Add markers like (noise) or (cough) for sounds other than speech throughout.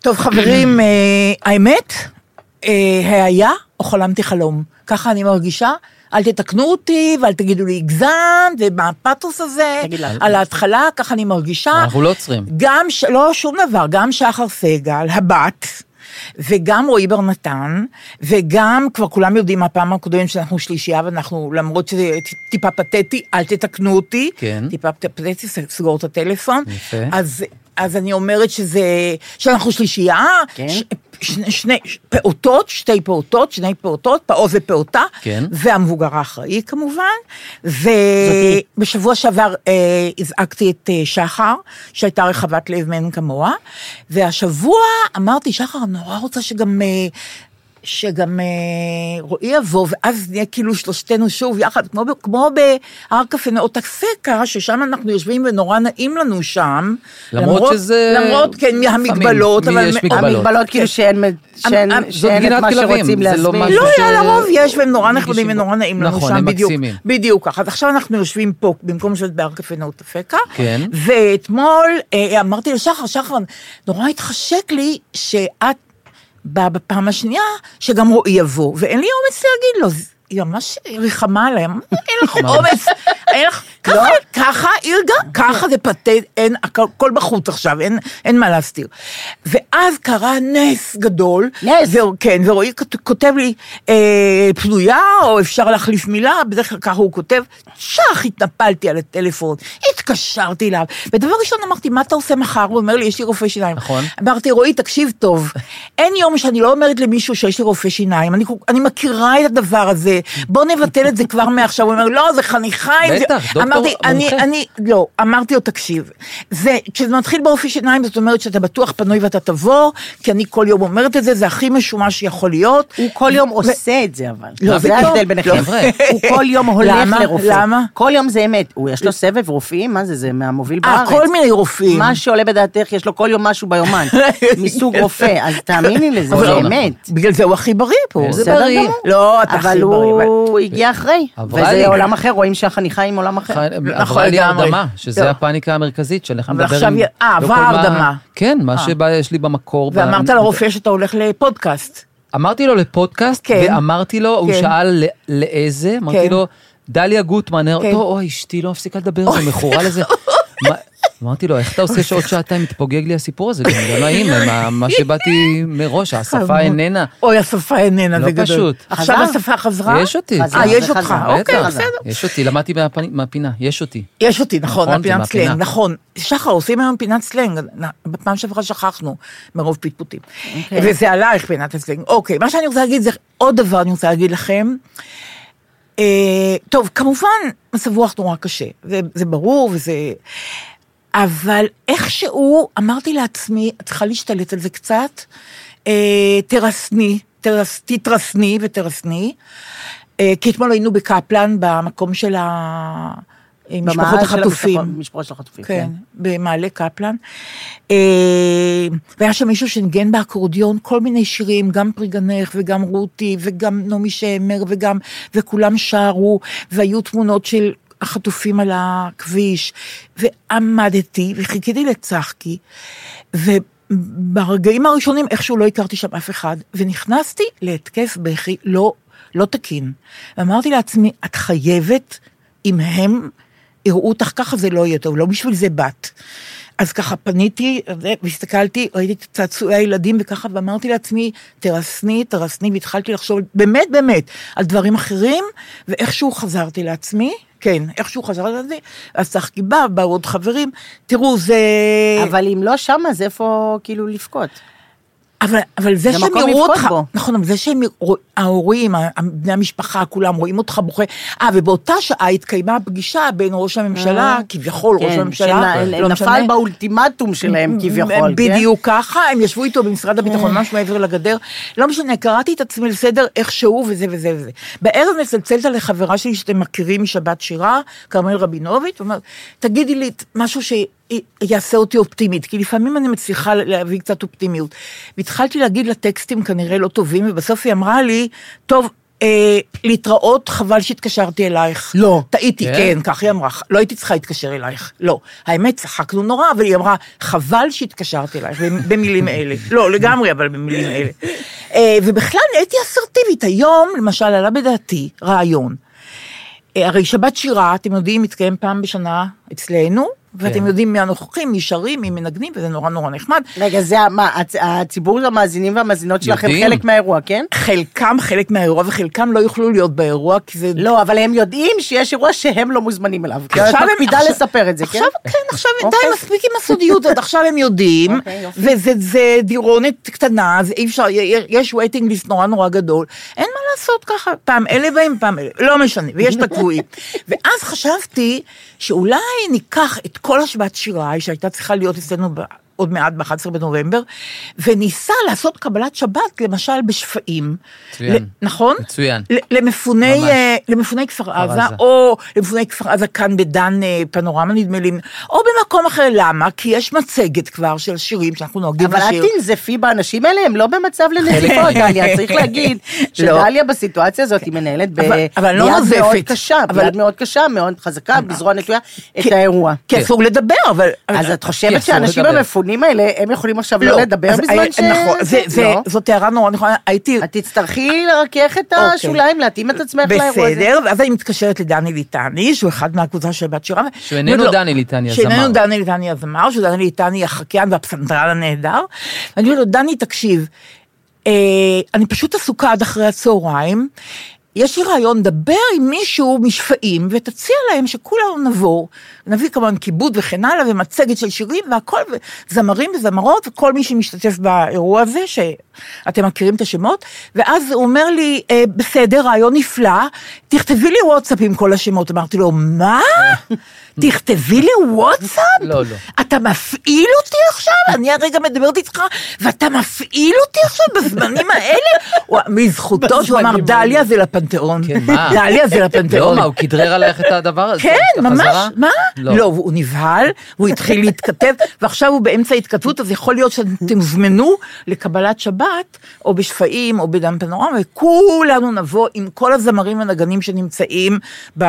טוב חברים, אה, האמת, אה, היה או חלמתי חלום. ככה אני מרגישה. אל תתקנו אותי, ואל תגידו לי הגזמת, ומה הפתוס הזה, תגיד לה. אה, על ההתחלה, ככה אני מרגישה. אנחנו לא עוצרים. גם, ש- לא שום דבר, גם שחר סגל, הבת, וגם רועי בר נתן, וגם, כבר כולם יודעים מהפעם הקודמת שאנחנו שלישייה, ואנחנו, למרות שזה ט- טיפה פתטי, אל תתקנו אותי. כן. טיפה פת- פתטי, ס- סגור את הטלפון. יפה. אז... אז אני אומרת שזה, שאנחנו שלישייה, כן. ש, שני, שני ש- פעוטות, שתי פעוטות, שני פעוטות, פעוט ופעוטה, כן. והמבוגר האחראי כמובן, היא. ובשבוע שעבר אה, הזעקתי את אה, שחר, שהייתה רחבת לב מאין כמוה, והשבוע אמרתי, שחר, אני נורא רוצה שגם... אה, שגם אה, רועי יבוא, ואז נהיה כאילו שלושתנו שוב יחד, כמו, ב- כמו בהר קפנאות הסקה, ששם אנחנו יושבים ונורא נעים לנו שם. למרות שזה- למרות, כן, לפעמים, המגבלות, אבל... יש מאוד- מגבלות. המגבלות כאילו שאין שאין- אמ- אמ- זאת שאין את גינת מה כלבים, שרוצים זה לא להסביר. משהו לא, ש- לא, לרוב יש, והם נורא מרגישים נחמדים ונורא נעים לנו נכון, שם, הם בדיוק. מקסימים. בדיוק ככה. אז עכשיו אנחנו יושבים פה, במקום לשבת בהר קפנאות אפקה. כן. ואתמול אה, אמרתי לשחר, שחר, נורא התחשק לי שאת באה בפעם השנייה, שגם רועי יבוא, ואין לי אומץ להגיד לו. זה- היא ממש ריחמה עליהם, אין (laughs) לך אומץ, אין לך, ככה, לא? ככה, היא גם- ככה זה פטנט, אין, הכל הכל בחוץ עכשיו, אין- אין מה להסתיר. ואז קרה נס גדול, נס. זה, כן, ורועי כת- כותב לי, אה, פנויה, או אפשר להחליף מילה, בדרך כלל ככה הוא כותב, שח, התנפלתי על הטלפון, התקשרתי אליו, ודבר ראשון אמרתי, מה אתה עושה מחר? הוא אומר לי, יש לי רופא שיניים. נכון. אמרתי, רועי, תקשיב טוב, אין יום שאני לא אומרת למישהו שיש לי רופא שיניים, אני, כל- אני מכירה את הדבר הזה, בוא נבטל את זה כבר מעכשיו. הוא אומר, לא, זה חניכיים. זה-" בטח, דוקטור אמרתי, אני, מומחה. אני, לא, אמרתי לו, תקשיב, זה, כשזה מתחיל ברופא שיניים, זאת אומרת שאתה בטוח פנוי ואתה תבוא, כי אני כל יום אומרת את זה, זה הכי משומש שיכול להיות. הוא כל יום עושה את זה אבל. לא, זה זה טוב. ההבדל לא. ביניכם. חבר'ה. (laughs) הוא כל יום הולך למה? לרופא. למה? כל יום זה אמת. הוא- יש לו סבב רופאים, מה זה, זה מהמוביל אה, בארץ. כל מיני רופאים. מה שעולה בדעתך, יש לו כל יום משהו ביומן. מסוג רופא, אז תאמיני לזה, אבל זה לא. אמת. בגלל זה הוא הכי בריא פה. איזה בסדר בריא. גמור. לא, אתה אבל הכי בריא. הוא הגיע אחרי. עברה לי. וזה עולם אחר, רואים שהחניכה עם עולם אחר. עברה לי אה, נכון, לגמרי. הרדמה, שזה לא. הפאניקה המרכזית, שאנחנו אבל נדבר עכשיו עם... י- אה, לא עברה כל מה- הרדמה. כן, מה אה. שיש לי במקור. ב- ואמרת לרופא שאתה הולך לפודקאסט. אמרתי לו לפודקאסט, כן. ואמרתי לו, הוא כן. שאל "לא- לאיזה, אמרתי כן. לו, דליה גוטמן, כן. אותו, אוי, אשתי לא מפסיקה לדבר, זה מכורה לזה. (laughs) מה- אמרתי לו, איך אתה עושה שעוד שעתיים מתפוגג לי הסיפור הזה? גם לא נעים, מה- מה שבאתי מראש, השפה איננה. אוי, השפה איננה, לא זה גדול. פשוט. עכשיו חזר? השפה חזרה? יש אותי. אה, יש חזר, אותך, חזר. אוקיי, בטח, בסדר. יש אותי, למדתי מהפני- מהפינה, יש אותי. יש אותי, נכון, נכון, זה מהפינת מהפינה. סלנג, נכון. שחר, עושים היום פינת סלנג, נ- בפעם שעברה שכחנו מרוב פטפוטים. אוקיי. וזה עלייך פינת הסלנג. אוקיי, מה שאני רוצה להגיד זה עוד דבר אני רוצה להגיד לכם. אה, טוב, כמובן, מצב רוח נורא קשה, זה, זה ברור וזה... אבל איכשהו אמרתי לעצמי, את צריכה להשתלט על זה קצת, אה, תרסני, תרס, תתרסני ותרסני, אה, כי אתמול היינו בקפלן במקום של במאהל המשפחות של החטופים. המשפחות- משפחות של החטופים, כן, כן. במעלה קפלן. אה, והיה שם מישהו שניגן באקורדיון כל מיני שירים, גם פרי גנך וגם רותי וגם נעמי שמר וגם, וכולם שרו, והיו תמונות של החטופים על הכביש. ועמדתי וחיכיתי לצחקי, וברגעים הראשונים איכשהו לא הכרתי שם אף אחד, ונכנסתי להתקף בכי לא, לא תקין. ואמרתי לעצמי, את חייבת, אם הם יראו אותך ככה, זה לא יהיה טוב, לא בשביל זה בת. אז ככה פניתי, והסתכלתי, ראיתי את צעצועי הילדים וככה, ואמרתי לעצמי, תרסני, תרסני, והתחלתי לחשוב, באמת, באמת, על דברים אחרים, ואיכשהו חזרתי לעצמי, כן, איכשהו חזרתי לעצמי, אז צחקי בא, באו עוד חברים, תראו, זה... אבל אם לא שמה, אז איפה כאילו לבכות? אבל, אבל זה, זה שהם מקום יראו לבכות אותך, בו. נכון, אבל זה שהם, יראו- ההורים, ה- בני המשפחה, כולם רואים אותך בוכה. אה, ובאותה שעה התקיימה הפגישה בין ראש הממשלה, אה. כביכול ראש כן, הממשלה, שנ- לא נפל משנה. באולטימטום שלהם כביכול, כן? אה. בדיוק ככה, הם ישבו איתו במשרד הביטחון, משהו מעבר לגדר. לא משנה, קראתי את עצמי לסדר איכשהו וזה וזה וזה. בערב מצלצלת לחברה שלי שאתם מכירים משבת שירה, כרמל רבינוביץ', ואומרת, תגידי לי משהו שיעשה אותי אופטימית, כי לפעמים אני מצליחה להביא קצת אופטימיות. והתחלתי להגיד לה טקסטים כנראה לא טובים, ובסוף היא אמרה לי, טוב, אה, להתראות, חבל שהתקשרתי אלייך. לא. טעיתי, כן? כן, כך היא אמרה. לא הייתי צריכה להתקשר אלייך. לא. האמת, צחקנו נורא, אבל היא אמרה, חבל שהתקשרתי אלייך, במילים אלה. לא, לגמרי, אבל במילים אלה. אה, ובכלל, נהייתי אסרטיבית. היום, למשל, עלה בדעתי רעיון. אה, הרי שבת שירה, אתם יודעים, מתקיים פעם בשנה אצלנו, ואתם כן. יודעים מי הנוכחים, מי שרים, מי מנגנים, וזה נורא נורא נחמד. רגע, זה ה- מה, הצ- הציבור המאזינים והמאזינות שלכם יודעים. חלק מהאירוע, כן? חלקם חלק מהאירוע, וחלקם לא יוכלו להיות באירוע, כי זה... לא, אבל הם יודעים שיש אירוע שהם לא מוזמנים אליו. כי את עכשיו הם- מקפידה עכשיו- לספר את זה, כן? עכשיו, כן, עכשיו, די, אוקיי. מספיק עם הסודיות, עד עכשיו הם יודעים, (laughs) אוקיי, יופי. וזה זה דירונת קטנה, אז אי אפשר, יש וייטינג ליסט נורא נורא גדול, אין מה לעשות ככה, פעם אלה באים, פעם אלה, לא משנה, (laughs) ויש את הקבועים. ואז חשבתי שאולי ניקח את כל השבת שיראי, שהייתה צריכה להיות אצלנו ב- עוד מעט ב-11 בנובמבר, וניסע לעשות קבלת שבת, למשל בשפיים. מצוין. ל- נכון? מצוין. ל- למפוני, ממש. אה, למפוני כפר עזה, עזה. או למפוני כפר עזה כאן בדן אה, פנורמה נדמה לי, או במקום אחר, למה? כי יש מצגת כבר של שירים שאנחנו נוהגים אבל לשיר. את תנזפי באנשים האלה, הם לא במצב (laughs) לנזיפות, דליה, צריך להגיד שדליה בסיטואציה הזאת היא מנהלת ב- לא. אבל- אבל לא ביד נוזפת. מאוד קשה, אבל- ביד מאוד קשה, מאוד חזקה, בזרוע נטויה, את כן. האירוע. כי אסור לדבר, אבל... אז את כי חושבת אסור שהאנשים לדבר. המפונים האלה, הם יכולים עכשיו לא לדבר לא אז בזמן אה, ש... נכון, זה- זה- לא. זאת הערה נורא נכונה, הייתי... (laughs) את תצטרכי לרכך את אוקיי. השוליים, להתאים את עצמך לאירוע הזה. בסדר, ואז אני מתקשרת לדני ליטני, שהוא אחד מהקבוצה של בת שירה. שהוא איננו אומרת לו- דני ליטני, הזמר. לא, שאיננו דני ליטני הזמר, שהוא דני ליטני החקיין והפסנתרן הנהדר. אני אומרת לו, דני, תקשיב, אה, אני פשוט עסוקה עד אחרי הצהריים. יש לי רעיון, דבר עם מישהו משפעים ותציע להם שכולנו נבוא, נביא כמובן כיבוד וכן הלאה ומצגת של שירים והכל, וזמרים וזמרות וכל מי שמשתתף באירוע הזה, שאתם מכירים את השמות, ואז הוא אומר לי, אה, בסדר, רעיון נפלא, תכתבי לי וואטסאפ עם כל השמות. אמרתי לו, מה? תכתבי לי וואטסאפ? לא, לא. אתה מפעיל אותי עכשיו? אני הרגע מדברת איתך, ואתה מפעיל אותי עכשיו בזמנים (laughs) האלה? הוא- מזכותו שהוא אמר, בזמנים דליה זה לפנתיאון. כן, מה? דליה זה לא, לפנתיאון. מה, הוא כדרר עלייך את הדבר הזה? כן, את ממש, החזרה? מה? לא. לא, הוא נבהל, הוא התחיל להתכתב, ועכשיו הוא באמצע התכתבות, אז יכול להיות שאתם זומנו לקבלת שבת, או בשפיים, או בדם פנורמה, וכולנו נבוא עם כל הזמרים הנגנים שנמצאים ב...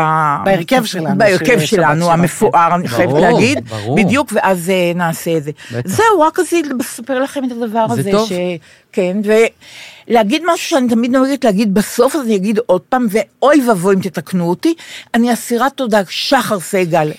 בהרכב שלנו, של בהרכב שבת שלנו, שלנו. המפואר, אני חייבת ברור, להגיד. ברור. בדיוק, ואז אה, נעשה את זה. בטח. זהו, רק רציתי לספר לכם את הדבר זה הזה. טוב. ש- כן, ולהגיד משהו שאני תמיד נוהגת להגיד בסוף, אז אני אגיד עוד פעם, ואוי ואבוי אם תתקנו אותי, אני אסירת תודה, שחר סגל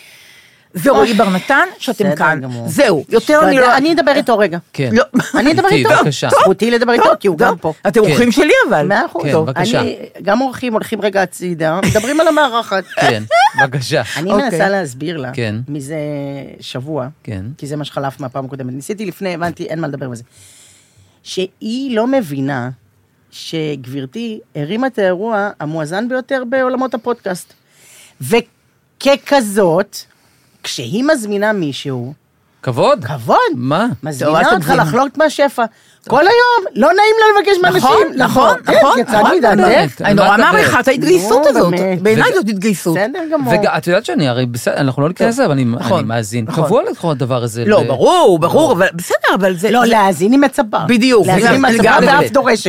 ורועי בר נתן, שאתם בסדר כאן. גמור. זהו, יותר אתה אני יודע, לא... אני אדבר איתו רגע. כן. (laughs) לא. אני אדבר איתי, איתו. בבקשה. זכותי לדבר איתו, כי הוא טוב, גם פה. אתם כן. אורחים שלי אבל. מאה אחוז. כן, טוב. בבקשה. אני, גם אורחים הולכים רגע הצידה, מדברים על המארחת. כן, בבקשה. אני אוקיי. מנסה להסביר לה, כן. מזה שבוע, כן. כי זה מה שחלף מהפעם הקודמת. ניסיתי לפני, הבנתי, אין מה לדבר בזה. שהיא לא מבינה שגברתי הרימה את האירוע המואזן ביותר בעולמות הפודקאסט. וככזאת, כשהיא מזמינה מישהו, כבוד? כבוד. מה? טוב, אל מזמינה אותך תגזים. לחלוק מהשפע. כל היום, לא נעים לה לבקש נכון, מאנשים. נכון, כן, נכון, יצאני נכון, דעתך. באמת. אני נורא על מה את מעריכה את מדברת? ההתגייסות נו, הזאת, באמת. בעיניי ו- זאת התגייסות. בסדר גמור. ואת יודעת שאני, הרי בסדר, אנחנו לא ניכנס לזה, אבל אני נכון, אני מאזין. נכון. קבוע לכל הדבר הזה. לא, ל- (laughs) ברור, ברור, אבל בסדר, אבל זה... לא, זה- להאזין היא מצפה. בדיוק, להאזין היא לגמרי, נכון. לגמרי. מצפה לא. ואף (laughs) דורשת.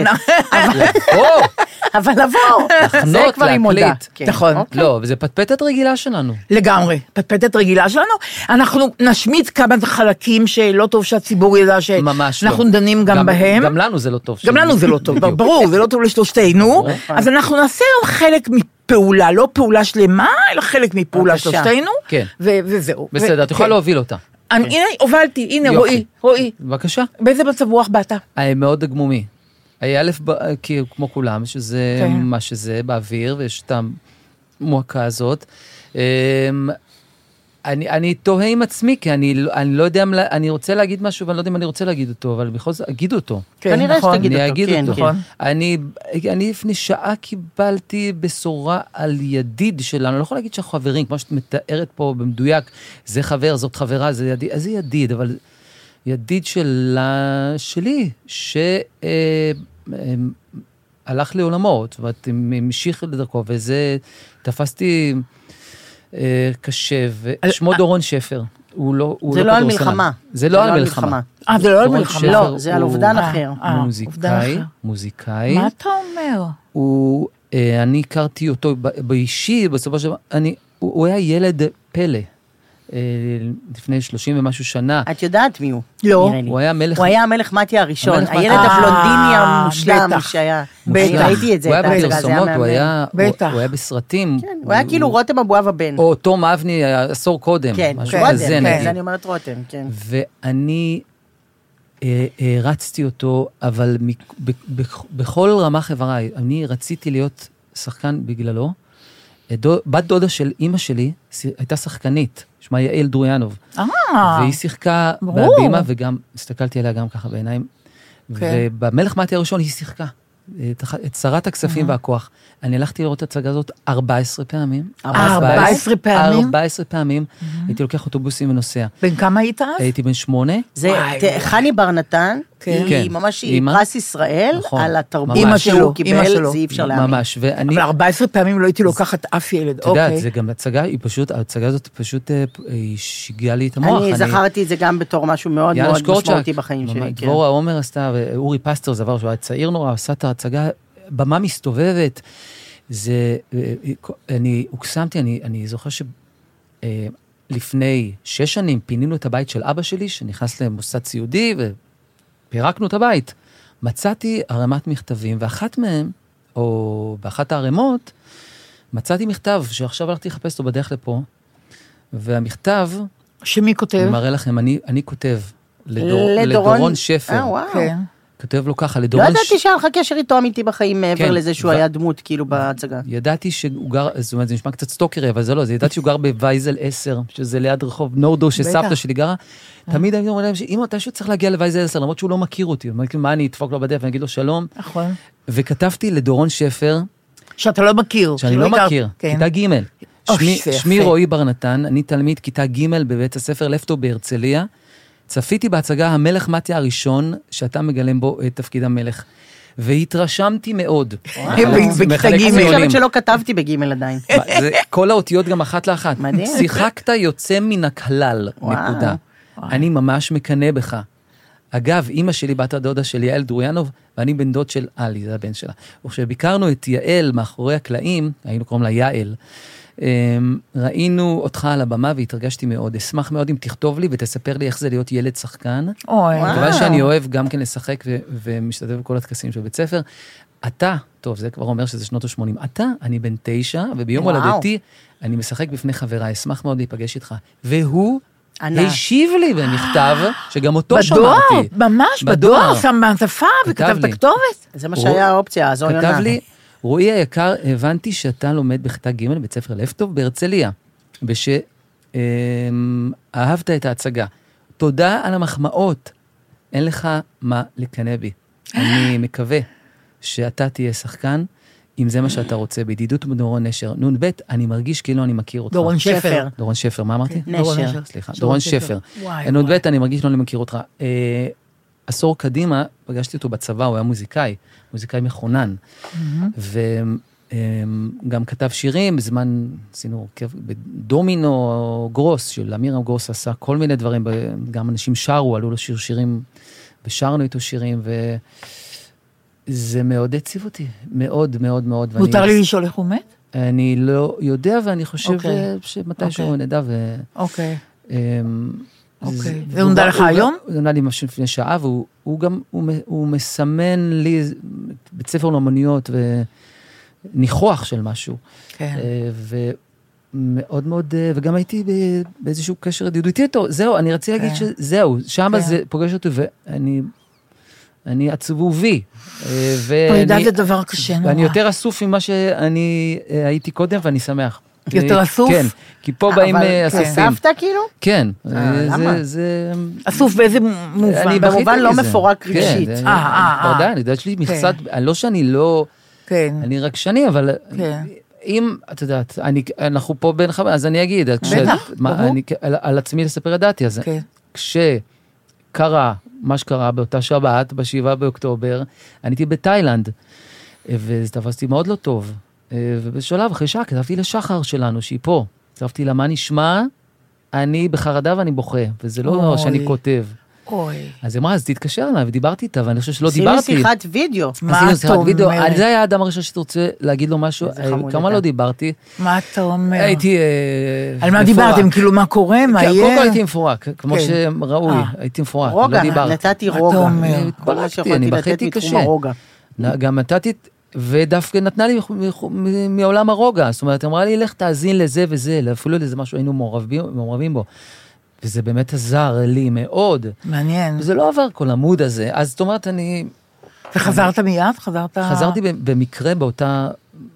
לבוא, (laughs) אבל לבוא, זה לחנות, כבר היא מודה. להקליט. כן. נכון. כן. אוקיי. לא, וזה פטפטת רגילה שלנו. לגמרי, פטפטת רגילה שלנו. אנחנו נשמיט כמה חלקים שלא טוב שהציבור ידע ממש לא. שאנחנו דנים גם בהם. גם לנו זה לא טוב. גם שאני- לנו זה לא טוב, (laughs) בדיוק. נכון. ברור, זה לא טוב לשלושתנו, אז אנחנו נעשה היום חלק מפעולה, לא פעולה שלמה, אלא חלק מפעולה בבקשה. שלושתנו, כן. ו- וזהו. בסדר, ו- את יכולה כן. להוביל אותה. אני- הנה, הובלתי, הנה, יופי. רועי, רועי, בבקשה. באיזה מצב רוח באת? אה, מאוד גמומי. אה, א', ב- כי כמו כולם, שזה כן. מה שזה, באוויר, ויש את המועקה הזאת. אמ, אני, אני תוהה עם עצמי, כי אני, לא- אני לא יודע אם, לה- אני רוצה להגיד משהו, ואני לא יודע אם אני רוצה להגיד אותו, אבל בכל זאת, אגיד אותו. כן, כנראה נכון. שתגיד אני אותו, אגיד כן, אותו. כן. אני, אני לפני שעה קיבלתי בשורה על ידיד שלנו, אני לא יכול להגיד שאנחנו חברים, כמו שאת מתארת פה במדויק, זה חבר, זאת חברה, זה ידיד, אז זה ידיד, אבל ידיד שלה, שלי, שהלך אה, אה, הלך לעולמו, זאת אומרת, הם- המשיך לדרכו, וזה, תפסתי אה, קשה, ושמו דורון שפר. הוא לא, הוא זה לא על כדורסלן. מלחמה. זה לא על מלחמה. אה, זה לא על דורון מלחמה. שפר לא, זה על הוא- אובדן אה, אחר. אה, אובדן מוזיקאי, אחר. מוזיקאי, מה אתה אומר? הוא אה, אני הכרתי אותו ב- באישי, בסופו של דבר, אני, הוא, הוא היה ילד פלא, אה, לפני 30 ומשהו שנה. את יודעת מי הוא. לא. נראה לי. הוא היה מלך... הוא היה המלך מתיה הראשון, המלך מתיה. הילד הבלונדיני אה, המושלם בטח. שהיה. בטח. אני ראיתי את זה. הוא היה את ההצגה, זה בפרסומות, הוא מהמם. היה... בטח. הוא, הוא היה בסרטים. כן, הוא היה כאילו רותם אבואב הבן. או תום אבני אה, עשור קודם, כן, משהו רותם, כזה כן, נגיד. זה אני אומרת רותם, כן. ואני אה, הרצתי אותו, אבל מק- ב- בכ- בכל רמ"ח איבריי, אני רציתי להיות שחקן בגללו. אה, דו- בת דודה של אימא שלי ש- הייתה שחקנית, שמה יעל דרויאנוב, אה, והיא שיחקה ברור. בהבימה, וגם, הסתכלתי עליה גם ככה בעיניים, כן. ובמלך מתי הראשון היא שיחקה. את הח- את שרת הכספים והכוח. אני הלכתי לראות את ההצגה הזאת 14 פעמים. 14 אה, פעמים? 14 פעמים. הייתי לוקח אוטובוסים ונוסע. בן כמה היית אז? הייתי בן שמונה. זה, וואי, ת- וואי. חני בר נתן, כן. היא כן. ממש, היא אימא? פרס ישראל, נכון, על ממש. התרבות אימא שהוא שלו, אימא קיבל, שלו. זה אי אפשר להאמין. ממש. ואני, אבל 14 פעמים לא הייתי לוקחת אף ילד, את יודעת, אוקיי. זה גם הצגה, היא פשוט, ההצגה הזאת פשוט, אה, פ- היא שיגעה לי את המוח. אני זכרתי את זה גם בתור משהו מאוד יאנה מאוד שקורצ'אק, משמעותי בחיים שלי. ממש, כן. דבורה עומר עשתה, ואורי פסטר זה דבר שהוא היה צעיר נורא, עשה את ההצגה, במה מסתובבת. זה, אה, אה, אני הוקסמתי, אני, אני זוכר ש... אה, לפני שש שנים פינינו את הבית של אבא שלי, שנכנס למוסד סיעודי, ופירקנו את הבית. מצאתי ערימת מכתבים, ואחת מהם, או באחת הערימות, מצאתי מכתב שעכשיו הלכתי לחפש אותו בדרך לפה, והמכתב, שמי כותב? אני מראה לכם, אני, אני כותב לדור, לדורון- לדורון שפר. אה, וואו. כן. כותב לו ככה, לא לדורון... ידעתי שהיה לך קשר איתו אמיתי בחיים מעבר כן, לזה שהוא ו- היה דמות כאילו בהצגה. ידעתי שהוא גר, זאת אומרת, זה נשמע קצת סטוקרי, אבל זה לא, זה ידעתי שהוא גר בווייזל 10, שזה ליד רחוב נורדו, שסבתא בטח. שלי גרה. אה. תמיד הייתי אומר להם שאם מתישהו צריך להגיע לווייזל 10, למרות שהוא לא מכיר אותי, הוא אומר, כאילו, מה אני אדפוק לו בדף, אני אגיד לו שלום. נכון. וכתבתי לדורון שפר, שאתה לא מכיר. שאני שלא לא הכרת. מכיר, כן. כיתה ג'. אוי, שמי- זה יפה. שמי רועי בר נתן, אני תלמיד כיתה ג' בבית הספר לפטו בהרצליה. צפיתי בהצגה המלך מתיה הראשון, שאתה מגלם בו את תפקיד המלך. והתרשמתי מאוד. בכיתה מחלק ג'. אני ציונים. חושבת שלא כתבתי בגימל עדיין. מה, זה כל האותיות גם אחת לאחת. מדהים. שיחקת יוצא מן הכלל, וואו. נקודה. אני ממש מקנא בך. אגב, אימא שלי, בת הדודה של יעל דרויאנוב, ואני בן דוד של עלי, זה הבן שלה. וכשביקרנו את יעל מאחורי הקלעים, היינו קוראים לה יעל, אמ, ראינו אותך על הבמה והתרגשתי מאוד. אשמח מאוד אם תכתוב לי ותספר לי איך זה להיות ילד שחקן. אוי. וואו. מכיוון שאני אוהב גם כן לשחק ו- ומשתתף בכל הטקסים של בית ספר, אתה, טוב, זה כבר אומר שזה שנות ה-80, אתה, אני בן תשע, וביום וואו. הולדתי אני משחק בפני חברה, אשמח מאוד להיפגש איתך. והוא ענה. השיב לי במכתב, שגם אותו בדואר, לא שמעתי. ממש בדואר, שם מעטפה וכתב כתב את לי. הכתובת. זה מה הוא- שהיה האופציה, אז אוי כתב עונה. לי, רועי היקר, הבנתי שאתה לומד בכיתה ג' בבית ספר לפטוב בהרצליה, ושאהבת את ההצגה. תודה על המחמאות, אין לך מה לקנא בי. (laughs) אני מקווה שאתה תהיה שחקן, אם זה מה שאתה רוצה, בידידות מדורון נשר. נ"ב, אני מרגיש כאילו אני מכיר אותך. דורון שפר. שפר. דורון שפר, מה אמרתי? נשר. דורון נשר. סליחה, דורון שפר. וואי, נ"ב, וואי. אני מרגיש לא אני מכיר אותך. אה, עשור קדימה, פגשתי אותו בצבא, הוא היה מוזיקאי, מוזיקאי מכונן. וגם כתב שירים, בזמן עשינו הרכב בדומינו גרוס, של אמירם גרוס עשה כל מיני דברים, ב- גם אנשים שרו, עלו לשיר שירים, ושרנו איתו שירים, וזה מאוד הציב אותי, מאוד מאוד מאוד. ואני- מותר לי לשאול איך הוא מת? אני לא יודע, ואני חושב אוקיי. אה, שמתישהו אוקיי. נדע. ו... אוקיי. אמ, אוקיי. זה- זה נודע לך הוא- היום? הוא נודע לי ממש לפני שעה, והוא הוא גם, הוא, מ- הוא מסמן לי בית ספר לאומנויות וניחוח של משהו. כן. אה, ומאוד מאוד, אה, וגם הייתי ב- באיזשהו קשר ידידותי איתו. זהו, אני רציתי להגיד כן. שזהו, שם כן. זה פוגש אותי, ואני אני עצבובי. אה, ואני- פרידה זה דבר קשה נורא. ואני יותר אסוף ממה שאני אה, הייתי קודם, ואני שמח. יותר אה, אסוף? כן. כן, כי פה באים אבל אה, אסופים. חשפת כאילו? כן. אה, למה? זה, זה... אסוף באיזה מובן? אני במובן בכיתי לא מזה. מפורק כן, רגשית. אני- אה, אה, אני אה. כבר די, אני יודעת, יש לי מכסת... לא שאני לא... כן. אני רגשני, אבל... כן. אם, את יודעת, אני- אנחנו פה בין חבר, אז אני אגיד. את- בטח, מה, ברור. אני- על- על עצמי לספר את דעתי, אז כן. כשקרה מה שקרה באותה שבת, ב-7 באוקטובר, אני הייתי בתאילנד, וזה תפס אותי מאוד לא טוב. ובשלב, אחרי שעה, כתבתי לשחר שלנו, שהיא פה. כתבתי לה, מה נשמע? אני בחרדה ואני בוכה, וזה לא אוי. שאני כותב. אוי. אז היא אמרה, אז תתקשר אליי, ודיברתי איתה, ואני חושב שלא עשינו דיברתי. שיחת וידאו. מה עשינו את שיחת וידאו. אומרת? אני- זה היה האדם הראשון שאתה רוצה להגיד לו משהו, איזה אה, חמוד כמה אתה. לא דיברתי. מה אתה אומר? הייתי אה, על מה מפורק. דיברתם? כאילו, מה קורה? מה כן, יהיה? קודם כל הייתי מפורק, כמו כן. שראוי, אה. הייתי מפורק, רוגע, לא דיברתי. נתתי מה אתה רוגע. אומר? אני- כל מה התפרקתי, שיכולתי אני לתת בכיתי מתחום קשה. הרוגע. נ- גם נתתי, ודווקא נתנה לי מח- מח- מ- מעולם הרוגע, זאת אומרת, אמרה לי, לך תאזין לזה וזה, אפילו לזה משהו היינו מעורבים מעורבים בו. וזה באמת עזר לי מאוד. מעניין. וזה לא עבר כל העמוד הזה, אז זאת אומרת, אני וחזרת מיד? חזרת... חזרתי ב- במקרה באותה,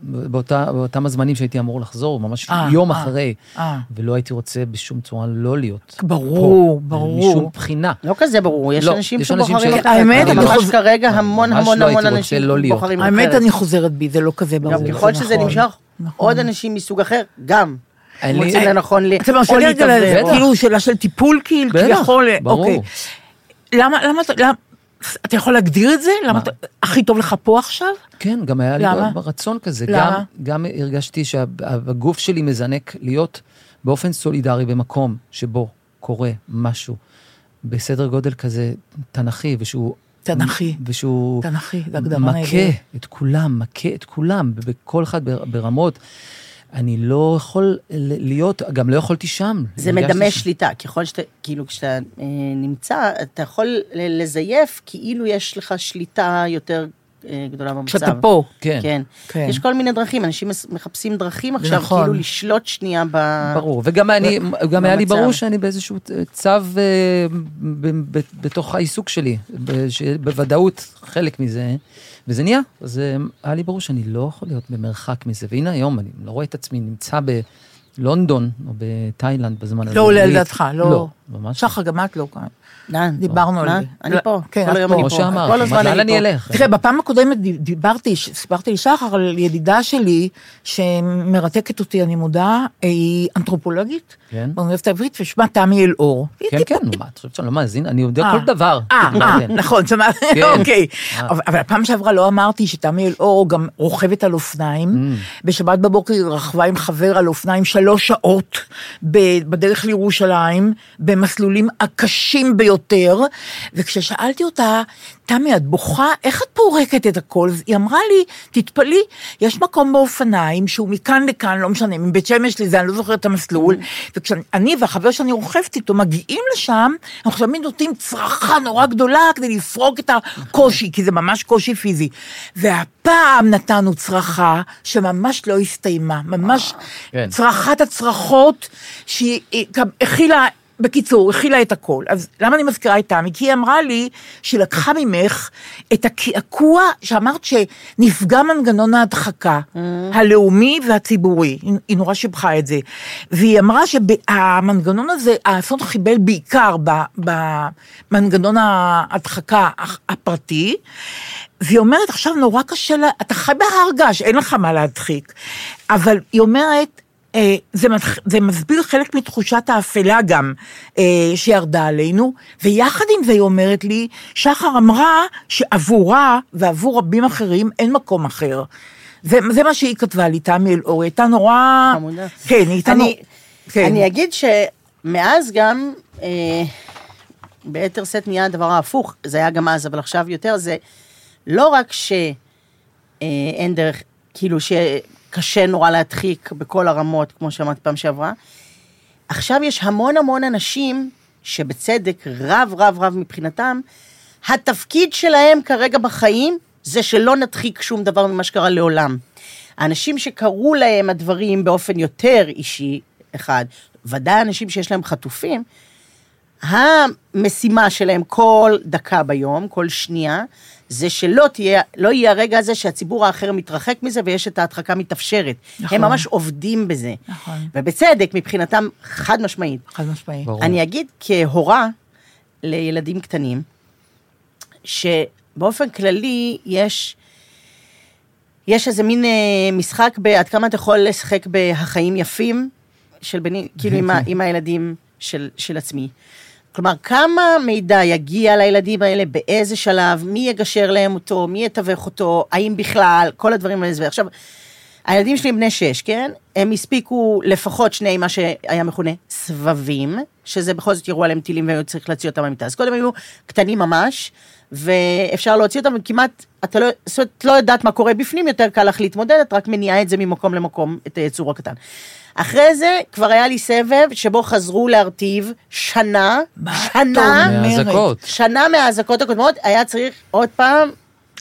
באותה, באותם הזמנים שהייתי אמור לחזור, ממש אה, יום אה. אחרי, אה. ולא הייתי רוצה בשום צורה לא להיות. ברור, פה, ברור. משום בחינה. לא כזה ברור, יש לא, אנשים יש אנשים שבוחרים ש- אחרת. האמת, אני אני ממש חוז- כרגע המון ממש המון לא הייתי המון רוצה אנשים לא להיות. בוחרים אחרת. האמת, אני חוזרת בי, זה לא כזה ברור. גם זה ככל שזה נכון. נמשך, עוד אנשים מסוג אחר, גם. אין לי- מוצאים לנכון ל- אה, אתה נכון או מרשה לי רגע, להתאוורר. בטח. כאילו, שאלה של טיפול, כאילו, בטח, כביכול, ברור. אוקיי. למה, למה, אתה- למה, אתה יכול להגדיר את זה? למה אתה, הכי טוב לך פה עכשיו? כן, גם היה לי למה? רצון כזה. למה? גם, גם הרגשתי שהגוף שלי מזנק להיות באופן סולידרי במקום שבו קורה משהו בסדר גודל כזה תנכי, ושהוא... תנכי. ושהוא... תנכי, זה הגדרה מכה נהדרת. את כולם, מכה את כולם, בכל אחד בר- ברמות. אני לא יכול ל- להיות, גם לא יכולתי שם. זה הרגשתי מדמה ש- שליטה, ככל שאתה, כאילו כשאתה אה, נמצא, אתה יכול ל- לזייף כאילו יש לך שליטה יותר אה, גדולה במצב. כשאתה פה. כן. כן. כן. יש כל מיני דרכים, אנשים מס- מחפשים דרכים עכשיו, נכון. כאילו לשלוט שנייה ב... ברור, וגם אני, גם היה לי אה. במצב. ברור שאני באיזשהו צו אה, ב- ב- בתוך העיסוק שלי, ב- שבוודאות חלק מזה, וזה נהיה, אז אה, היה לי ברור שאני לא יכול להיות במרחק מזה, והנה היום אני לא רואה את עצמי נמצא בלונדון או בתאילנד בזמן הזה. לא עולה על בלי- דעתך, לא, כן. לא. ממש. שחר, גם את לא כאן. נען, דיברנו מה? על זה. אני לא, פה, כן, כל את היום פה. אני כמו פה. שאמרתי, כל הזמן לאן אני אני פה. אלך? כן, תראה, בפעם הקודמת די- דיברתי, ש- סיפרתי לשחר על ידידה שלי, שמרתקת אותי, אני מודה, היא אנתרופולוגית, כן. באוניברסיטה העברית, ושמה תמי אלאור. היא כן, כן, נו, מה, את חושבת שאני לא מאזין? אני יודע אה. כל דבר. אה, מה אה, זה? נכון, שמעת, כן. אוקיי. אה. אבל אבל הפעם שעברה לא אמרתי שתמי אלאור גם רוכבת על אופניים. Mm. בשבת בבוקר היא רכבה עם חבר על אופניים שלוש שעות ב- בדרך לירושלים, במסלולים הקשים ביותר. וכששאלתי אותה, תמי, את בוכה? איך את פורקת את הכל? אז היא אמרה לי, תתפלאי, יש מקום באופניים שהוא מכאן לכאן, לא משנה, מבית שמש לזה, אני לא זוכרת את המסלול. וכשאני והחבר שאני רוכבת איתו מגיעים לשם, אנחנו תמיד נותנים צרחה נורא גדולה כדי לפרוק את הקושי, כי זה ממש קושי פיזי. והפעם נתנו צרחה שממש לא הסתיימה, ממש כן. צרחת הצרחות שהיא היא גם הכילה... בקיצור, הכילה את הכל. אז למה אני מזכירה את תמי? כי היא אמרה לי שהיא לקחה ממך את הקעקוע שאמרת שנפגע מנגנון ההדחקה הלאומי והציבורי. היא- היא נורא שיבחה את זה. והיא אמרה שהמנגנון הזה, האסון חיבל בעיקר ב- במנגנון ההדחקה הח- הפרטי, והיא אומרת, עכשיו נורא קשה, לה, אתה חי בהר געש, אין לך מה להדחיק. אבל היא אומרת, אה, זה, מתח- זה מסביר חלק מתחושת האפלה גם אה, שירדה עלינו, ויחד עם זה היא אומרת לי, שחר אמרה שעבורה ועבור רבים אחרים אין מקום אחר. זה, זה מה שהיא כתבה לי, תמי אלאור, היא הייתה נורא... חמודה. כן, היא הייתה נורא... אני, כן. אני אגיד שמאז גם, אה, ביתר שאת נהיה הדבר ההפוך, זה היה גם אז, אבל עכשיו יותר, זה לא רק שאין אה, אין דרך, כאילו שקשה נורא להדחיק בכל הרמות, כמו שאמרתי פעם שעברה, עכשיו יש המון המון אנשים שבצדק רב רב רב מבחינתם, התפקיד שלהם כרגע בחיים זה שלא נדחיק שום דבר ממה שקרה לעולם. האנשים שקרו להם הדברים באופן יותר אישי, אחד, ודאי אנשים שיש להם חטופים, המשימה שלהם כל דקה ביום, כל שנייה, זה שלא תהיה, לא יהיה הרגע הזה שהציבור האחר מתרחק מזה ויש את ההדחקה מתאפשרת. נכון. הם ממש עובדים בזה. נכון. ובצדק, מבחינתם, חד משמעית. חד משמעית. ברור. אני אגיד כהורה לילדים קטנים, שבאופן כללי יש, יש איזה מין אה, משחק בעד כמה אתה יכול לשחק בהחיים יפים של בני, כאילו עם, ה, עם הילדים של, של עצמי. כלומר, כמה מידע יגיע לילדים האלה, באיזה שלב, מי יגשר להם אותו, מי יתווך אותו, האם בכלל, כל הדברים האלה. ועכשיו, הילדים שלי הם בני שש, כן? הם הספיקו לפחות שני, מה שהיה מכונה, סבבים, שזה בכל זאת ירו עליהם טילים והיו צריך להוציא אותם מהמיטה. אז קודם היו קטנים ממש, ואפשר להוציא אותם, וכמעט, אתה לא, זאת אומרת, לא יודעת מה קורה בפנים, יותר קל לך להתמודד, את רק מניעה את זה ממקום למקום, את היצור הקטן. אחרי זה כבר היה לי סבב שבו חזרו להרטיב שנה, מה את שנה, אומרת? מהאזעקות. שנה מהאזעקות הקודמות, היה צריך עוד פעם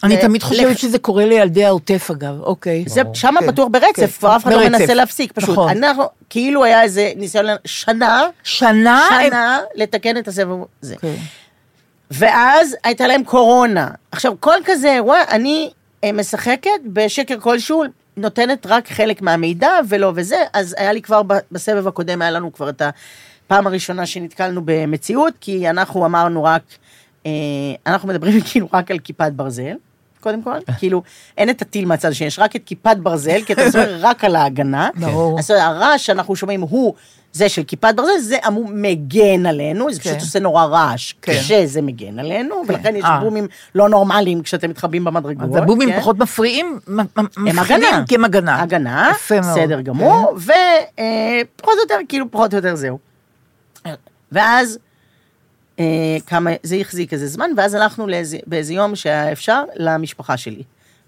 אני אה, תמיד לך- חושבת שזה קורה לילדי העוטף, אגב, אוקיי. זה שם כן, פתוח ברצף, כן. כבר אף אחד לא ברצף. מנסה להפסיק, פשוט. נכון. אנחנו, כאילו היה איזה ניסיון שנה, שנה... אה, הם- שנה לתקן את הסבב הזה. אוקיי. ואז הייתה להם קורונה. עכשיו, כל כזה אירוע, אני אה, משחקת בשקר כלשהו, נותנת רק חלק מהמידע ולא וזה, אז היה לי כבר ב- בסבב הקודם, היה לנו כבר את הפעם הראשונה שנתקלנו במציאות, כי אנחנו אמרנו רק, אה, אנחנו מדברים (laughs) כאילו רק על כיפת ברזל. קודם כל, כן. כאילו, אין את הטיל מהצד השני, יש רק את כיפת ברזל, כי אתה (laughs) זוכר רק על ההגנה. כן. ברור. אז הרעש שאנחנו שומעים הוא זה של כיפת ברזל, זה אמור מגן עלינו, זה כן. פשוט עושה נורא רעש. כן. כשזה מגן עלינו, ולכן יש אה. בומים לא נורמליים כשאתם מתחבאים במדרגות. אז הבומים כן? פחות מפריעים, מ- מ- הם מפחידים, הגנה. כי הם הגנה. הגנה, יפה מאוד. כן. בסדר גמור, ופחות או יותר, כאילו פחות או יותר זהו. ואז, אה, כמה, זה החזיק איזה זמן, ואז הלכנו לאיזה, באיזה יום שהיה אפשר למשפחה שלי.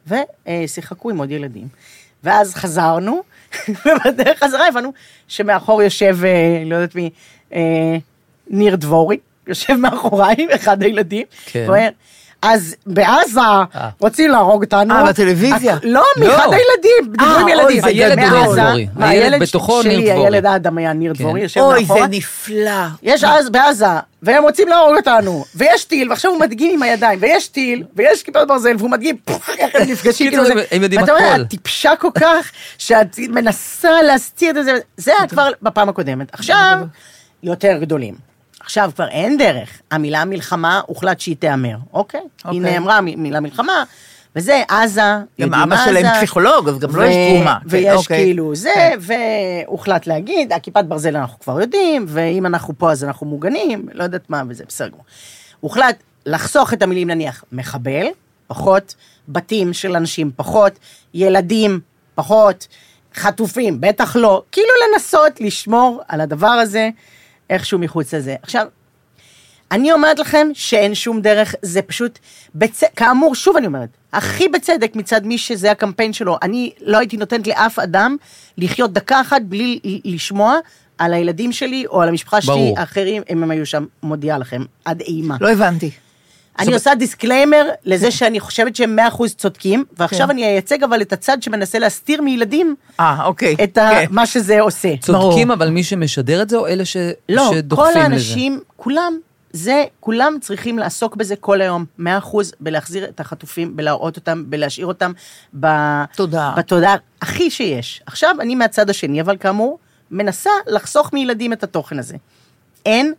ושיחקו עם עוד ילדים. ואז חזרנו, (laughs) ובדרך חזרה הבנו שמאחור יושב, אה, לא יודעת מי, אה, ניר דבורי, יושב מאחוריי, (laughs) אחד הילדים, כן. ואומר, אז בעזה רוצים להרוג אותנו. אה, בטלוויזיה. הכ- לא, לא. מאחד הילדים, דיברו עם אוי, ילדים. זה הילד מעזה. ניר דבורי. מה, הילד הילד בתוכו ניר שלי, דבורי. הילד האדם היה ניר כן. דבורי, יושב אוי, זה מאחורה. נפלא. יש אז בעזה, והם רוצים להרוג אותנו, ויש טיל, ועכשיו הוא מדגים עם הידיים, ויש טיל, ויש כיפת ברזל, והוא מדגים, (laughs) פוח, איך הם נפגשים, קיצור, כאילו זה- הם יודעים ואתה אומר, הכל. את טיפשה כל כך, שאת מנסה להסתיר את זה, זה כן. היה כבר בפעם הקודמת. עכשיו, יותר גדולים. עכשיו כבר אין דרך, המילה מלחמה, הוחלט שהיא תיאמר, אוקיי? אוקיי. היא נאמרה מ- מילה מלחמה, וזה עזה, גם יודעים אבא עזה. שלהם פסיכולוג, אז גם לו ו- יש תרומה. כן, ויש אוקיי. כן. כאילו זה, והוחלט להגיד, הכיפת ברזל אנחנו כבר יודעים, ואם אנחנו פה אז אנחנו מוגנים, לא יודעת מה, וזה בסדר גמור. הוחלט לחסוך את המילים נניח מחבל, פחות, בתים של אנשים פחות, ילדים פחות, חטופים בטח לא, כאילו לנסות לשמור על הדבר הזה איכשהו מחוץ לזה. עכשיו, אני אומרת לכם שאין שום דרך, זה פשוט, בצ... כאמור, שוב אני אומרת, הכי בצדק מצד מי שזה הקמפיין שלו, אני לא הייתי נותנת לאף אדם לחיות דקה אחת בלי ל- לשמוע על הילדים שלי או על המשפחה שלי, ברור. אחרים, אם הם היו שם, מודיעה לכם, עד אימה. לא הבנתי. אני עושה דיסקליימר לזה שאני חושבת שהם 100% צודקים, ועכשיו כן. אני אייצג אבל את הצד שמנסה להסתיר מילדים אה, אוקיי. את ה... כן. מה שזה עושה. צודקים, אבל מי שמשדר את זה, או אלה ש... לא, שדוחפים כל לזה? האנשים, כולם, זה, כולם צריכים לעסוק בזה כל היום, מאה אחוז, בלהחזיר את החטופים, בלהראות אותם, בלהשאיר אותם ב... תודה. בתודעה הכי שיש. עכשיו, אני מהצד השני, אבל כאמור, מנסה לחסוך מילדים את התוכן הזה. אין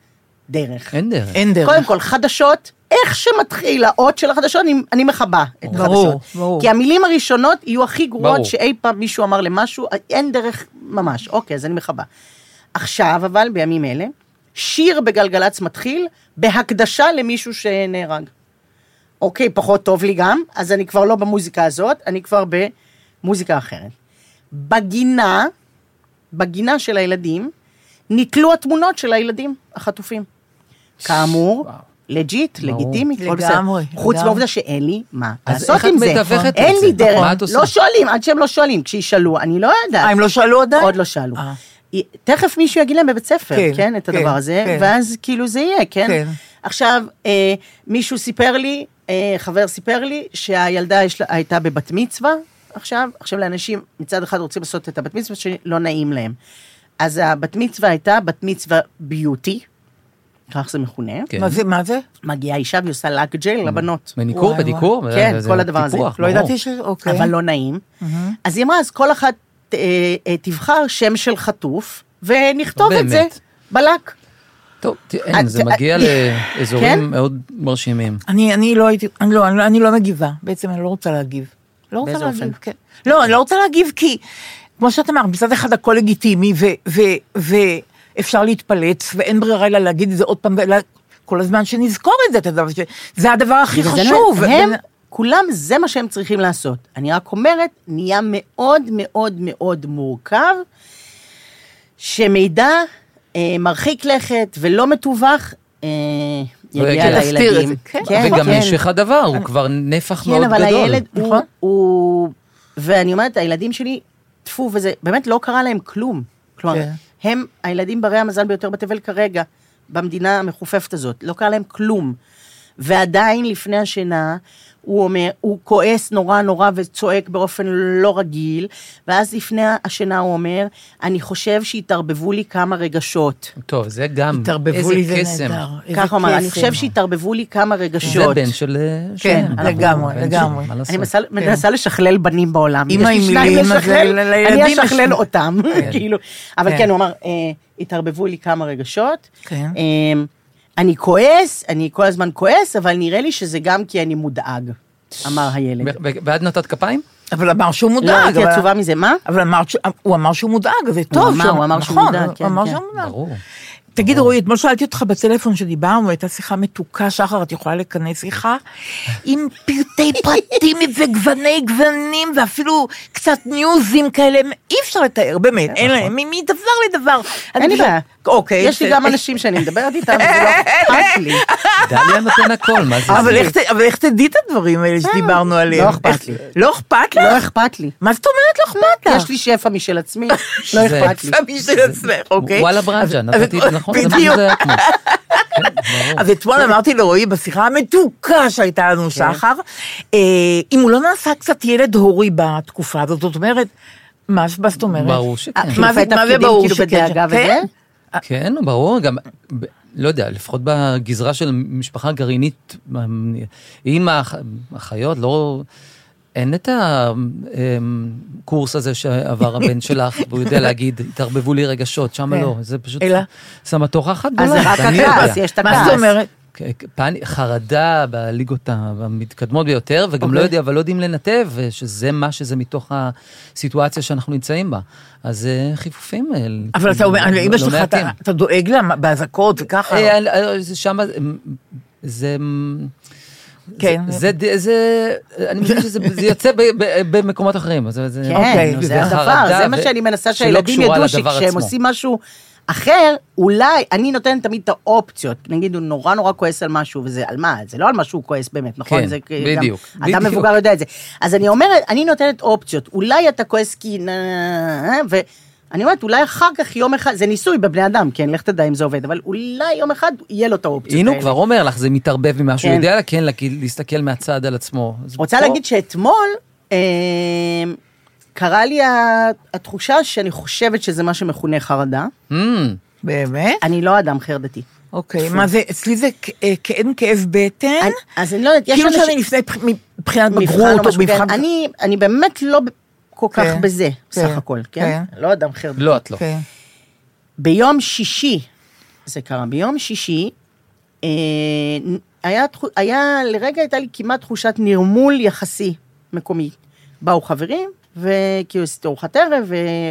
דרך. אין דרך. אין דרך. קודם כל, חדשות, איך שמתחיל האות של החדשות, אני, אני מכבה את ברור, החדשות. ברור. כי המילים הראשונות יהיו הכי גרועות ברור. שאי פעם מישהו אמר למשהו, אין דרך ממש. אוקיי, אז אני מכבה. עכשיו, אבל, בימים אלה, שיר בגלגלצ מתחיל בהקדשה למישהו שנהרג. אוקיי, פחות טוב לי גם, אז אני כבר לא במוזיקה הזאת, אני כבר במוזיקה אחרת. בגינה, בגינה של הילדים, נתלו התמונות של הילדים החטופים. כאמור, וואו. לג'יט, ברור. לגיטימי, הכל בסדר. לגמרי, חוץ לגמרי. מהעובדה שאין לי מה אז לעשות איך את עם זה. מתווכת את אין זה? לי דרך, מה את עושה? לא שואלים, עד שהם לא שואלים, כשישאלו, אני לא יודעת. אה, הם לא שאלו עדיין? עוד לא שאלו. אה. תכף מישהו יגיד להם בבית ספר, כן, כן, כן את כן, הדבר הזה, כן. ואז כאילו זה יהיה, כן? כן. כן. עכשיו, אה, מישהו סיפר לי, אה, חבר סיפר לי, שהילדה יש, לה- הייתה בבת מצווה עכשיו, עכשיו לאנשים מצד אחד רוצים לעשות את הבת מצווה, שני, לא נעים להם. אז הבת מצווה הייתה בת מצווה ביוטי, כך זה מכונה. כן. מה זה, מה זה? מגיעה אישה והיא עושה לק ג'ל לבנות. מניקור, וואי, פדיקור? וואי. כן, זה כל הדבר הזה. טיפוח, לא ברור. ידעתי ש... אוקיי. אבל לא נעים. אז היא אמרה, אז כל אחת אה, אה, תבחר שם של חטוף, ונכתוב לא את זה באמת. בלק. טוב, ת- אין, אה, את- זה מגיע את- לאזורים כן? מאוד מרשימים. אני, אני לא הייתי, אני לא, אני לא, אני לא מגיבה, בעצם אני לא רוצה להגיב. לא רוצה באיזה להגיב, אופן? כן. לא, אני לא רוצה להגיב כי, כמו שאת אמרת, מצד אחד הכל לגיטימי, ו, ו, ואפשר להתפלץ, ואין ברירה אלא להגיד את זה עוד פעם, אלא כל הזמן שנזכור את זה, את הדבר, ש- זה הדבר הכי בגלל זה אני חשוב. אומרת, הם, כולם, זה מה שהם צריכים לעשות. אני רק אומרת, נהיה מאוד מאוד מאוד מורכב, שמידע אה, מרחיק לכת ולא מתווך, אה, לא יגיע יגיע. תסתיר את זה, לילדים. כן. אה, וגם נשך הדבר, הוא כבר נפח מאוד כן, גדול. אבל הילד הוא, נכון? הוא... ואני אומרת, הילדים שלי, טפו, וזה, באמת לא קרה להם כלום. כלומר, כן. הם הילדים ברי המזל ביותר בתבל כרגע, במדינה המחופפת הזאת. לא קרה להם כלום. ועדיין לפני השינה, הוא אומר, הוא כועס נורא נורא וצועק באופן לא רגיל, ואז לפני השינה הוא אומר, אני חושב שהתערבבו לי כמה רגשות. טוב, זה גם, התערבבו איזה לי זה קסם. נהדר. איזה ככה הוא אמר, אני קסם. חושב שהתערבבו לי כמה זה רגשות. בן של... אה, כן, שלהם. לגמרי, בן של- לגמרי. מה לעשות? אני מנסה- מנסה לשכלל בנים בעולם. אמא יש לי כן. עם שניים מילים, אז לשכלל, ל- לילדים אני יש- אשכלל אותם, כן. (laughs) כאילו. אבל כן. כן, הוא אמר, אה, התערבבו לי כמה רגשות. כן. אה, אני כועס, אני כל הזמן כועס, אבל נראה לי שזה גם כי אני מודאג, אמר הילד. ו- ו- ואת נתת כפיים? אבל אמר שהוא לא, מודאג. הייתי אבל- עצובה מזה, מה? אבל אמרת ש- הוא אמר שהוא מודאג, זה טוב. אמר, שהוא- הוא אמר שהוא נכון, מודאג, הוא כן, אמר כן. שהוא מודאג. ברור. תגיד, רועי, אתמול שאלתי אותך בטלפון שדיברנו, הייתה שיחה מתוקה, שחר, את יכולה לכנס שיחה? עם פרטי פרטים וגווני גוונים, ואפילו קצת ניוזים כאלה, אי אפשר לתאר, באמת, אין להם, מ- מדבר לדבר. כן, נכון. אין לי בעיה. אוקיי. יש לי בסדר. גם אנשים שאני מדברת איתם, זה לא (laughs) אכפת לי. דליה נותן הכל, מה זה? אבל זה? איך ת- אבל איך תדעי את הדברים האלה שדיברנו עליהם? לא אכפת איך- לי. לא אכפת לא לך? אכפת לי. מה זאת אומרת לא אכפת לך? יש לי שפע משל (laughs) עצמי, לא זה- אכפת לי. פעמים של עצמך, אוקיי? וואלה בראג'ה, אז- נתתי, אז- נכון? זה מה בדיוק. שזה היה כמו. כן, ברור. אז אתמול אמרתי לרועי בשיחה המתוקה שהייתה כן. לנו שחר, אה, אם הוא לא נעשה קצת ילד הורי בתקופה הזאת, זאת אומרת, מה ש- מה זאת אומרת? ברור שכן. אה, מה זה חילופי מה זה תפקידים, ברור כאילו, שכן? בדאגה כן? וזה? כן, ברור, גם, ב- לא יודע, לפחות בגזרה של משפחה גרעינית, אמ, אימא, אח- אחיות, לא... אין את הקורס הזה שעבר (laughs) הבן שלך, והוא יודע להגיד, התערבבו לי רגשות, שם כן. לא, זה פשוט אלא? סמטוחה אחת אז זה רק אני לא יודע. הכעס, יש את מה זאת הכעס. אומרת? כ- פאני- חרדה בליגות המתקדמות ביותר, וגם לא אוקיי. יודע, אבל לא יודעים לנתב, אה, שזה מה שזה מתוך הסיטואציה שאנחנו נמצאים בה. אז אה, חיפופים. אה, אבל אתה אומר, לא- לאמא לא שלך, אתה- מעטים. אתה דואג לה מה- באזעקות וככה? אה, אה, אה, זה שם, אה, זה... כן. זה, זה, ד- זה, אני מבין שזה זה יוצא ב, ב, במקומות אחרים. זה, זה, כן, אוקיי, זה הדבר, חרדה זה ו- מה שאני מנסה שלא שהילדים לא קשורה ידעו לדבר שכשהם עצמו. עושים משהו אחר, אולי, אני נותנת תמיד את האופציות. נגיד, הוא נורא נורא כועס על משהו, וזה על מה? זה לא על מה שהוא כועס באמת, נכון? כן, זה גם- בדיוק, בדיוק. אדם מבוגר יודע את זה. אז אני אומרת, אני נותנת אופציות. אולי אתה כועס כי... נה, נה, נה, נה, ו... אני אומרת, אולי אחר כך יום אחד, זה ניסוי בבני אדם, כן, לך תדע אם זה עובד, אבל אולי יום אחד יהיה לו את האופציות הנה הוא האלה. כבר אומר לך, זה מתערבב ממה שהוא כן. יודע, לה, כן, לה, כי להסתכל מהצד על עצמו. אז רוצה פה- להגיד שאתמול אה, קרה לי ה- התחושה שאני חושבת שזה מה שמכונה חרדה. Mm, באמת? אני לא אדם חרדתי. אוקיי, מה זה, אצלי זה כ- אה, כאין כאב בטן, אני- אז אני לא יודעת, יש כאילו אנשים- שאני לפני בח- מבחינת מבחן בגרות או או משהו, כן. מבחן... אני- אני באמת לא ב- כל כך כן, בזה, סך כן, הכל, כן? לא אדם חרדתי. לא, את לא. כן. ביום שישי, זה קרה, ביום שישי, אה, היה, תחו- היה, לרגע הייתה לי כמעט תחושת נרמול יחסי מקומי. באו חברים, וכאילו עשיתי ארוחת ערב,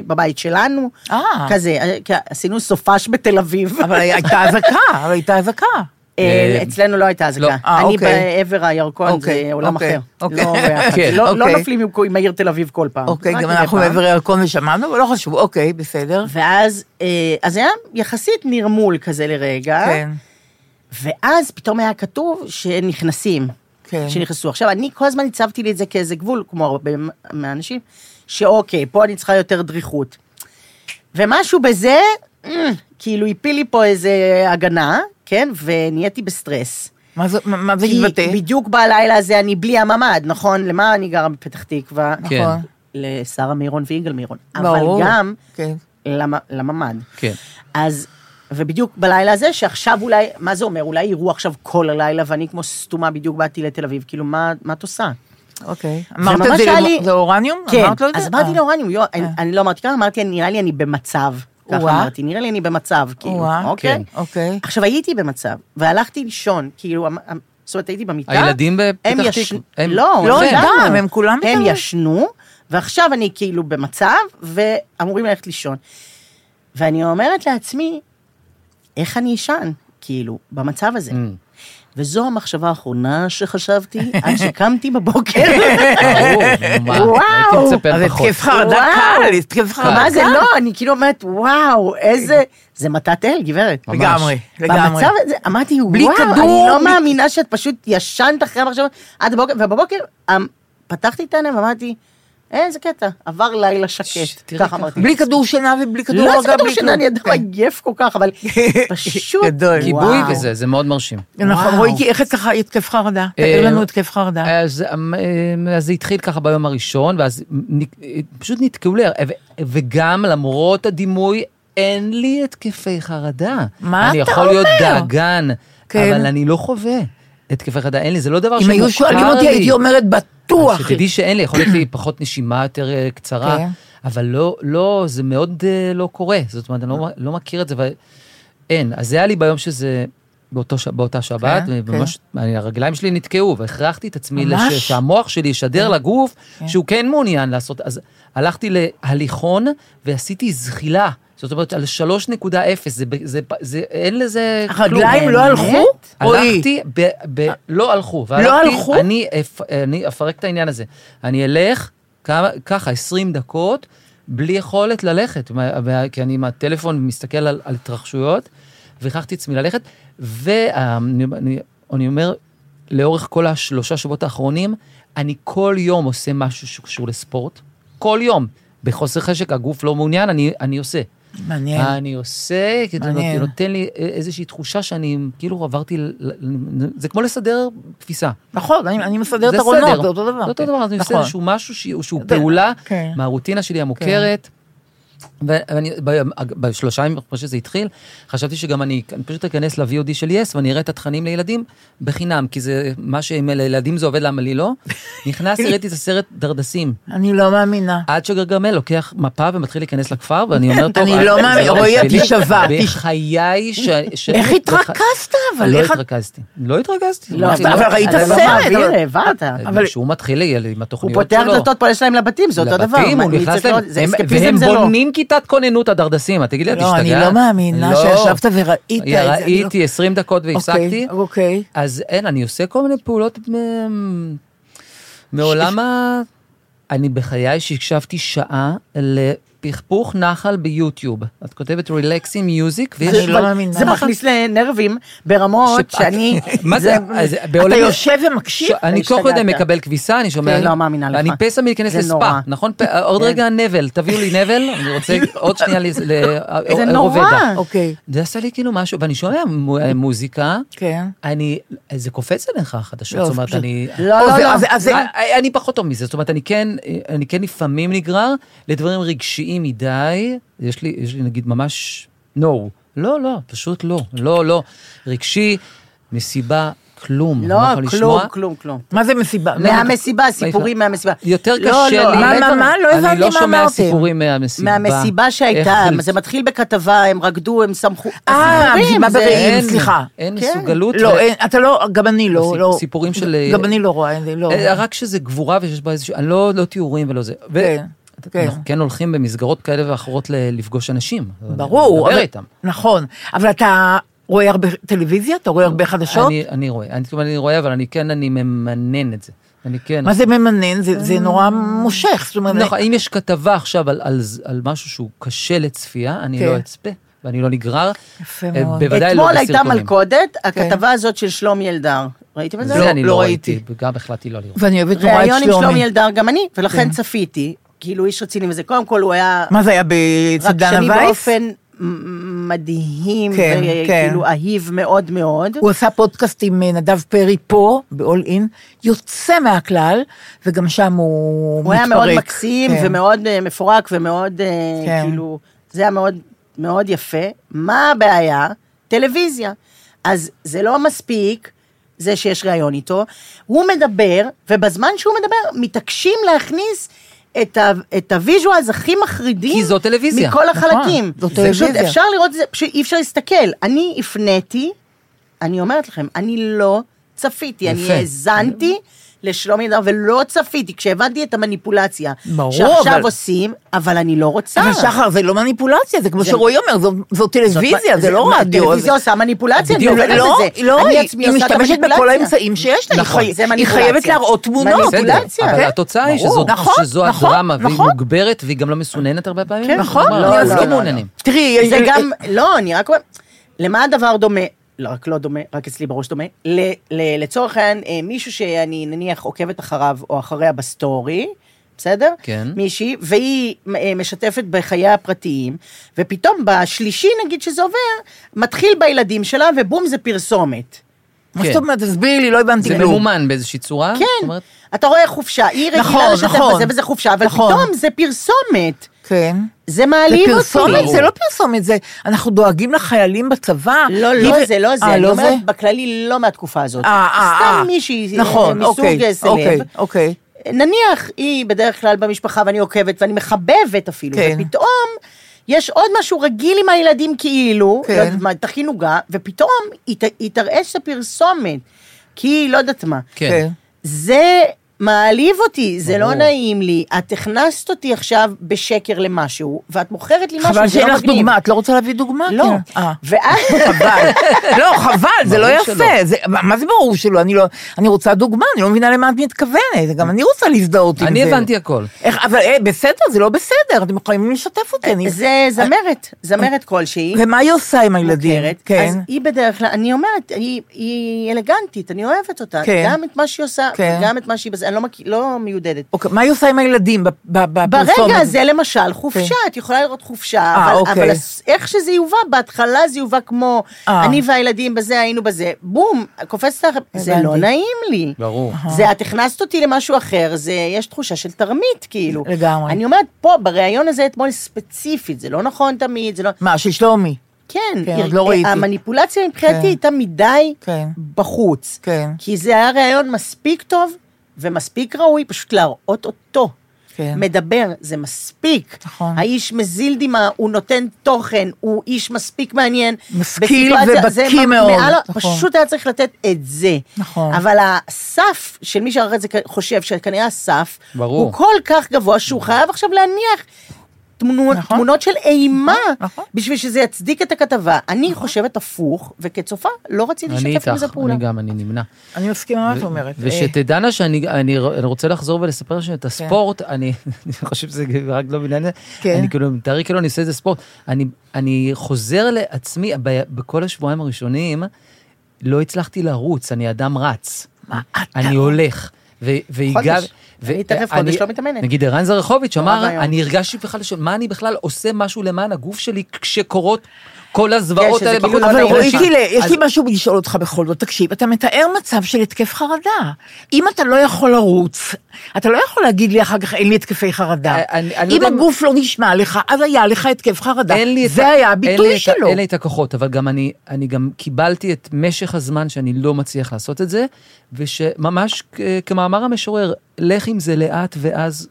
ובבית שלנו, אה. כזה, אה, כי עשינו סופש בתל אביב. אבל הייתה אזעקה, אבל הייתה אזעקה. (laughs) אה, אה, אצלנו לא הייתה אזעקה. לא. אה, אני אוקיי. בעבר הירקון, זה אוקיי, עולם אוקיי, אחר. אוקיי. לא ביחד. כן, לא- לא אוקיי. נופלים עם- עם העיר תל אביב כל פעם. אוקיי, רק גם מדי אנחנו פעם. מעבר הירקון ושמענו, אבל לא חשוב, אוקיי, בסדר. ואז, אה, אז היה יחסית נרמול כזה לרגע. כן, ואז פתאום היה כתוב שנכנסים, כן. שנכנסו. עכשיו, אני כל הזמן הצבתי לי את זה כאיזה גבול, כמו הרבה מהאנשים, שאוקיי, פה אני צריכה יותר דריכות. ומשהו בזה, אה, כאילו הפיל לי פה איזה הגנה, כן? ונהייתי בסטרס. מה זה- מה- מה זה כי התבטא? בדיוק בלילה הזה אני בלי הממ"ד, נכון? למה אני גרה בפתח תקווה? כן. נכון. לשרה מירון ויגאל מירון. ברור. אבל גם כן. למ- לממ"ד. כן. אז, ובדיוק בלילה הזה, שעכשיו אולי, מה זה אומר? אולי יראו עכשיו כל הלילה, ואני כמו סתומה בדיוק באתי לתל אביב, כאילו, מה, מה את עושה? אוקיי. אמרת ממש את זה היה לאור- לי- לאורניום? כן, אמרת לו את זה? אז אמרתי אה. לאורניום, יו, אני, אני לא אמרתי ככה, אמרתי, נראה לי אני במצב. ככה וואה. אמרתי, נראה לי אני במצב, כאילו, וואה, אוקיי? כן, אוקיי. עכשיו, הייתי במצב, והלכתי לישון, כאילו, אמ- אמ- זאת אומרת, הייתי במיטה. הילדים הם בפתח ישנו- תקווה? הם- כן, לא, לא, ישנו. גם, הם כולם הם בתל אביב. ישנו, ועכשיו אני כאילו במצב, ואמורים ללכת לישון. ואני אומרת לעצמי, איך אני אשן, כאילו, במצב הזה? וזו המחשבה האחרונה שחשבתי (laughs) עד שקמתי בבוקר. ברור, נו, מה, וואו. הייתי מצפה אז פחות. התקף חרדה וואו. קל, התקף חרדה מה זה קל. לא, אני כאילו אומרת, וואו, איזה... זה מתת אל, גברת. ממש. לגמרי, לגמרי. במצב הזה, אמרתי, בלי וואו, אני כדור, לא בלי- מאמינה שאת פשוט ישנת אחרי המחשבה עד הבוקר, ובבוקר אמ, פתחתי את העיניים ואמרתי, איזה קטע, עבר לילה ש- שקט. תראי ככה ככה. אמרתי. בלי כדור שינה ובלי כדור לא, זה רגע, כדור בלי שינה, אני כלום. כן. אדם עייף כל (laughs) כך, אבל פשוט, גדול. גיבוי וואו. וזה, זה מאוד מרשים. כן. נכון, וואו. רואי, איך אצלך התקף חרדה? תאר אה, לנו התקף חרדה. אז אמ, אז זה התחיל ככה ביום הראשון, ואז נ- פשוט נתקעו לי, ו- וגם למרות הדימוי, אין לי התקפי חרדה. מה אני אתה יכול להיות אומר? דאגן, כן. אבל אני לא חווה התקפי חרדה, אין לי, זה לא דבר אם שמוכר לי. היו שואלים אותי, הייתי אומרת, בטוח. אז אה, שתדעי שאין לי, יכול להיות לי פחות נשימה יותר אה, קצרה, כן. אבל לא, לא, זה מאוד אה, לא קורה. זאת אומרת, אני לא, לא מכיר את זה, ואין. אז זה היה לי ביום שזה, באותו, ש- באותה שבת, כן, וממש, אני- הרגליים שלי נתקעו, והכרחתי את עצמי ממש? לש, שהמוח שלי ישדר לגוף שהוא כן מעוניין לעשות. אז הלכתי להליכון ועשיתי זחילה. זאת אומרת, על 3.0, זה, ב- זה, פ- זה, אין לזה כלום. הרגליים לא באמת? הלכו? רואי. הלכתי, ב, ב, לא הלכו. והלכתי- הלכו? אני, אפ, אני אפרק את העניין הזה. אני אלך כמה, ככה 20 דקות, בלי יכולת ללכת, מה- מה- כי אני עם הטלפון מסתכל על, על התרחשויות, והכרחתי עצמי ללכת, ואני אני, אני אומר, לאורך כל השלושה שבועות האחרונים, אני כל יום עושה משהו שקשור לספורט, כל יום. בחוסר חשק, הגוף לא מעוניין, אני, אני עושה. מעניין. מה אני עושה, כי זה כן. מעניין. נות- נותן לי א- איזושהי תחושה שאני כאילו עברתי, ל- ל- זה כמו לסדר תפיסה. נכון, אני אני מסדר את זה ארונות, סדר. זה אותו דבר. זה אותו כן. דבר, אז אני עושה נכון. איזשהו משהו שהוא- שהוא זה- פעולה כן. מהרוטינה שלי המוכרת. ואני, ב- בשלושה ימים אחרי שזה התחיל, חשבתי שגם אני, אני פשוט אכנס ל-VOD של יס ואני אראה את התכנים לילדים בחינם, כי זה מה שאם לילדים זה עובד, למה לי (laughs) לא? נכנסתי, ראיתי את הסרט דרדסים. אני לא מאמינה. עד שגרגמל לוקח מפה ומתחיל להיכנס לכפר, ואני אומר, טוב, אני אל- לא זה מאמין, רועי, את בשבילי." תישבע, תיש- בחיי ש... ש- איך בח- התרכזת, אבל לא איך... התרכזתי. לא התרכזתי. לא, אמרתי, אבל ראית אתה לא סרט, מעביר, אבל- העברת. אבל- שהוא מתחיל לי- עם הוא התוכניות שלו. פותח דלתות פה, יש להם לבתים, זה אותו דבר. לבתים, מה, הוא מי נכנס צריך להם, לראות? זה הם- אסקפיזם והם זה לא. בונים כיתת כוננות, הדרדסים, את תגידי, את לא, השתגעת? אני לא מאמינה לא. שישבת וראית את זה. אני לא- ראיתי 20 דקות והפסקתי. אוקיי, אוקיי. אז אין, אני עושה כל מיני פעולות מ- מעולם ה... אני בחיי שהקשבתי שעה לפכפוך נחל ביוטיוב. את כותבת רילקסים מיוזיק, ויש... אני לא אבל מאמינה. זה מכניס לנרבים ברמות שפ- שאני... מה זה? אז בעולם- אתה יושב ומקשיב? ש- אני השתגעת. תוך כדי מקבל כביסה, אני שומע... כן, לא מאמינה לך. אני פסע מלהיכנס זה לספא, נורא. כן. נכון? פ- עוד רגע נבל, תביאו לי נבל, אני (laughs) רוצה עוד שנייה ל... ל- זה א- נורא. רובדה. אוקיי, זה עשה לי כאילו משהו, ואני שומע מו- מוזיקה, כן. אני, זה קופץ עליך החדשות, לא, זאת אומרת, פשוט- אני... לא, או, לא, זה- לא. אז זה- אז זה- אני- אני פחות טוב מזה, זאת אומרת, אני כן, אני כן לפעמים נגרר לדברים רגשיים מדי, יש לי, יש לי נגיד ממש no, לא, לא, פשוט לא, לא, לא, רגשי, מסיבה, כלום, לא, אני יכול כלום, לשמוע. כלום, כלום. מה זה מסיבה? לא, מהמסיבה, סיפורים מהמסיבה. יותר לא, קשה לא, לי. מה, הרבה מה, דברים. מה? לא הבנתי אני לא מה שומע אמרתם. סיפורים מהמסיבה. מהמסיבה שהייתה, איך- זה מתחיל בכתבה, הם רגדו, הם שמחו. אה, הסיפורים, מסיבה זה- ברעים, אין- סליחה. אין כן. מסוגלות. ו- לא, אין, אתה לא, גם אני לא, הסיפ- לא. סיפורים של- גם אני לא רואה את זה, לא. אה, רק שזה גבורה ויש בה איזשהו, אני לא, לא תיאורים ולא זה. ו- כן, כן. אנחנו כן הולכים במסגרות כאלה ואחרות ל- לפגוש אנשים. ברור. לדבר אבל- איתם. נכון, אבל אתה רואה הרבה טלוויזיה? אתה רואה הרבה חדשות? אני, אני רואה, אני, כלומר, אני רואה, אבל אני כן, אני ממנן את זה. אני כן. מה זה ממנן? זה זה נורא מושך. זאת אומרת, נכון, אם יש כתבה עכשיו על, על, ז- על משהו שהוא קשה לצפייה, אני כן. לא אצפה, ואני לא נגרר. יפה אה, מאוד. בוודאי לא אתמול בסרטונים. הייתה מלכודת, הכתבה הזאת של שלומי אלדר. ראיתם את זה? זה אני לא לא ראיתי. ראיתי, גם החלטתי לא לראות. ואני אוהבת נורא את ראיון עם שלומי שלומי. אלדר, גם אני, ולכן צפיתי. כאילו, איש רציני וזה. קודם כל, הוא היה... מה זה היה בסדנה רגשני וייס? באופן מ- מדהים, כן, כן. וכאילו אהיב מאוד מאוד. הוא עשה פודקאסט עם אה, נדב פרי פה, ב-all in, יוצא מהכלל, וגם שם הוא מתפרק. הוא היה מאוד מקסים כן. ומאוד אה, מפורק ומאוד, אה, כן. כאילו, זה היה מאוד, מאוד יפה. מה הבעיה? טלוויזיה. אז זה לא מספיק, זה שיש ראיון איתו. הוא מדבר, ובזמן שהוא מדבר, מתעקשים להכניס את, ה, את הוויז'ואלס הכי מחרידים. כי זו טלוויזיה. מכל נכון, החלקים. זו זה טלוויזיה. פשוט, אפשר לראות את זה, פשוט אי אפשר להסתכל. אני הפניתי, אני אומרת לכם, אני לא צפיתי, אני יפה. האזנתי לשלומי נהדר, ולא צפיתי, כשהבנתי את המניפולציה. ברור, שעכשיו אבל- עושים, אבל אני לא רוצה. אבל שחר, זה לא מניפולציה, זה כמו זה- שרועי אומר, זו- זו טלוויזיה, זה לא רדיו. זה- טלוויזיה עושה מניפולציה, אני בדיוק, עובדת לא, על זה. לא, אני היא- עצמי היא עושה את משתמשת בכל המניפולציה. האמצעים שיש לה, היא נכון, חי- זה היא מניפולציה. חייבת להראות תמונות. בסדר, מניפולציה, אבל כן. התוצאה היא ברור. שזו- נכון, שזו נכון, הדרמה, והיא נכון. מוגברת, והיא גם לא מסוננת הרבה פעמים. כן, נכון, כלומר, לא, אני לא, כולם מסכימה. לא, מעוניינים. תראי, זה גם, לא, אני רק אומר, למה הדבר דומה? לא, רק לא דומה, רק אצלי בראש דומה. ל- ל- לצורך העניין, אה, מישהו שאני נניח עוקבת אחריו או אחריה בסטורי, בסדר? כן. מישהי, והיא אה, משתפת בחייה הפרטיים, ופתאום בשלישי, נגיד שזה עובר, מתחיל בילדים שלה, ובום, זה פרסומת. מה כן. זאת אומרת, תסבירי לי, לא הבנתי זה כלום. ממומן באיזושהי צורה? זאת כן, אומרת, אתה רואה חופשה, היא נכון, רגילה לשתף נכון. בזה וזה חופשה, אבל נכון. פתאום זה פרסומת. כן. זה זה מעליב אותי. פרסומת, זה לא פרסומת, זה אנחנו דואגים לחיילים בצבא. לא, היא לא ו- זה, לא זה. אה, אני לא זה? אומרת, בכללי, לא מהתקופה הזאת. אה, אה, אה. סתם מישהי אה, נכון, מסוג אוקיי, אה, אוקיי, סלב. אוקיי. נניח היא בדרך כלל במשפחה ואני עוקבת ואני מחבבת אפילו, כן. ופתאום יש עוד משהו רגיל עם הילדים כאילו, כן. לא יודעת מה, תכין עוגה, ופתאום היא ת- היא תראה שפרסומת, כי היא לא יודעת מה. כן. זה מעליב אותי, זה ברור. לא נעים לי. את הכנסת אותי עכשיו בשקר למשהו, ואת מוכרת לי משהו, חבל זה לא שאין לך מגניב. דוגמה, את לא רוצה להביא דוגמה? לא. כן. אה. ואז... (laughs) חבל. לא, חבל, זה לא ברור יפה. זה- מה מה זה ברור שלא? אני לא... אני רוצה דוגמה, אני לא מבינה למה את מתכוונת. גם אני רוצה להזדהות עם זה. אני הבנתי הכל. איך- אבל אה, בסדר, זה לא בסדר, אתם יכולים לשתף אותי. אני- זה זמרת, זמרת כלשהי. ומה היא עושה עם הילדים? מוכרת, כן. אז היא בדרך כלל, אני אומרת, היא, היא אלגנטית, אני אוהבת אותה. כן. גם את מה שהיא עושה, כן. גם את מה שהיא בזה, אני לא, מכ... לא מיודדת. אוקיי, מה היא עושה עם הילדים בפ- בפ- בפרסומת? ברגע הזה, למשל, חופשה, את יכולה לראות חופשה, כן. אה, אבל, אוקיי. אבל הס- איך שזה יובא, בהתחלה זה יובא כמו, אה. אני והילדים בזה, היינו בזה, בום, קופצת לך, זה הבנתי. לא נעים לי. ברור. זה, את הכנסת אותי למשהו אחר, זה, יש תחושה של תרמית, כאילו. לגמרי. אני אומרת, פה, בריאיון הזה אתמול ספציפית, זה לא נכון תמיד, זה לא... מה, של שלומי. כן, כן, היא- עוד לא ראיתי. המניפולציה מבחינתי כן. הייתה מדי כן. בחוץ. כן. כי זה היה ראיון מספיק טוב ומספיק ראוי, פשוט להראות אותו. כן. מדבר, זה מספיק. נכון. האיש מזיל דמעה, הוא נותן תוכן, הוא איש מספיק מעניין. משכיל בסיטואציה, ובקיא זה מ- מאוד. מעל ה- נכון. פשוט היה צריך לתת את זה. נכון. אבל הסף של מי שערך את זה חושב שכנראה הסף, ברור. נכון. הוא כל כך גבוה שהוא חייב עכשיו להניח תמונות, נכון. נכון. תמונות של אימה, נכון. נכון. בשביל שזה יצדיק את הכתבה. אני נכון. חושבת הפוך, וכצופה לא רציתי אני לשתף איתך, עם זה פעולה. אה. אני גם, אני נמנע. אני מסכימה מה את אומרת. אה, ושתדענה שאני אני ר- רוצה לחזור ולספר כן. שאת הספורט, אני (laughs) אני חושב שזה רק לא בעניין זה, כן. אני כאילו, מתארי כאילו אני עושה איזה ספורט. אני- אני חוזר לעצמי, ב- בכל השבועיים הראשונים, לא הצלחתי לרוץ, אני אדם רץ. מה אתה- אני הולך. ו- והגע... אה, חודש. ו- אני תכף אני- חודש לא מתאמנת. לא, נגיד ערן זרחוביץ' אמר, ואיום. אני הרגשתי בכלל, ש- מה אני בכלל עושה משהו למען הגוף שלי כשקורות כל הזוועות שזה האלה כאילו בחוץ? לא אבל נעים רועי, לך. גילה, יש אז- לי משהו לשאול אותך בכל זאת. תקשיב, אתה מתאר מצב של התקף חרדה. אם אתה לא יכול לרוץ, אתה לא יכול להגיד לי אחר כך, אין לי התקפי חרדה. אה, אני- אני לא אם יודע- הגוף לא נשמע לך, אז היה לך התקף חרדה. אין לי את זה ה- היה אין לי הביטוי את שלו. ה- אין לי את הכוחות, אבל גם אני, אני גם קיבלתי את משך הזמן שאני לא מצליח לעשות את זה, ושממש כ- כמאמר המשורר, לך עם זה לאט ואז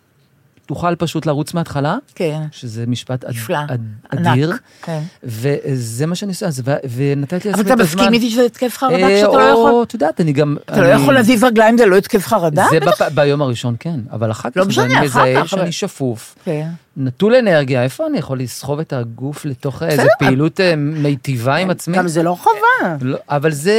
תוכל פשוט לרוץ מההתחלה, כן. שזה משפט אד- נפלא, אד- ענק, אדיר, כן. וזה מה שאני עושה, אז ו- ונתתי לעצמי אבל את אתה הזמן. מסכים איתי שזה התקף חרדה אה, כשאתה לא או, יכול... את יודעת, אני גם... אתה לא אני- יכול להזיז רגליים, זה לא התקף חרדה? זה בטח. בפ- ביום הראשון, כן, אבל אחר כך, לא משנה, אני אחר מזהה כך, אבל- שאני שפוף, כן. נטול אנרגיה, איפה אני יכול לסחוב את הגוף לתוך איזו פעילות אה, מיטיבה עם עצמי? גם זה לא חובה. לא, אבל זה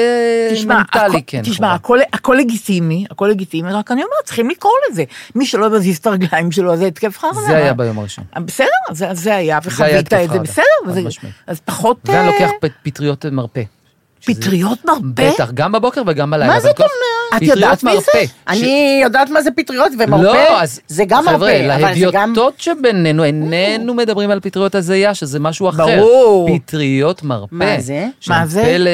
תשמע, מנטלי, הכ- כן. תשמע, חובה. הכל, הכל לגיטימי, הכל לגיטימי, רק אני אומרת, צריכים לקרוא לזה. מי שלא מזיז את הרגליים שלו, אז זה התקף חרדה. זה היה ביום הראשון. בסדר, אז זה, אז זה היה, היה וחווית התקף את זה, חרדה, בסדר, חד וזה, משמעית. אז פחות ואני אה, לוקח פ- פטריות מרפא. שזה- פטריות מרפא. בטח, גם בבוקר וגם בלילה. מה אבל זאת כל- את אומרת? יודעת פטריות מי זה? מרפא, ש- אני יודעת מה זה פטריות ומרפא, לא, אז... זה גם מרפא, חבר'ה, אבל זה גם... להדיוטות שבינינו, איננו מדברים על פטריות הזיה, שזה משהו אחר. ברור. פטריות מרפא. מה זה? מה זה? שהפלא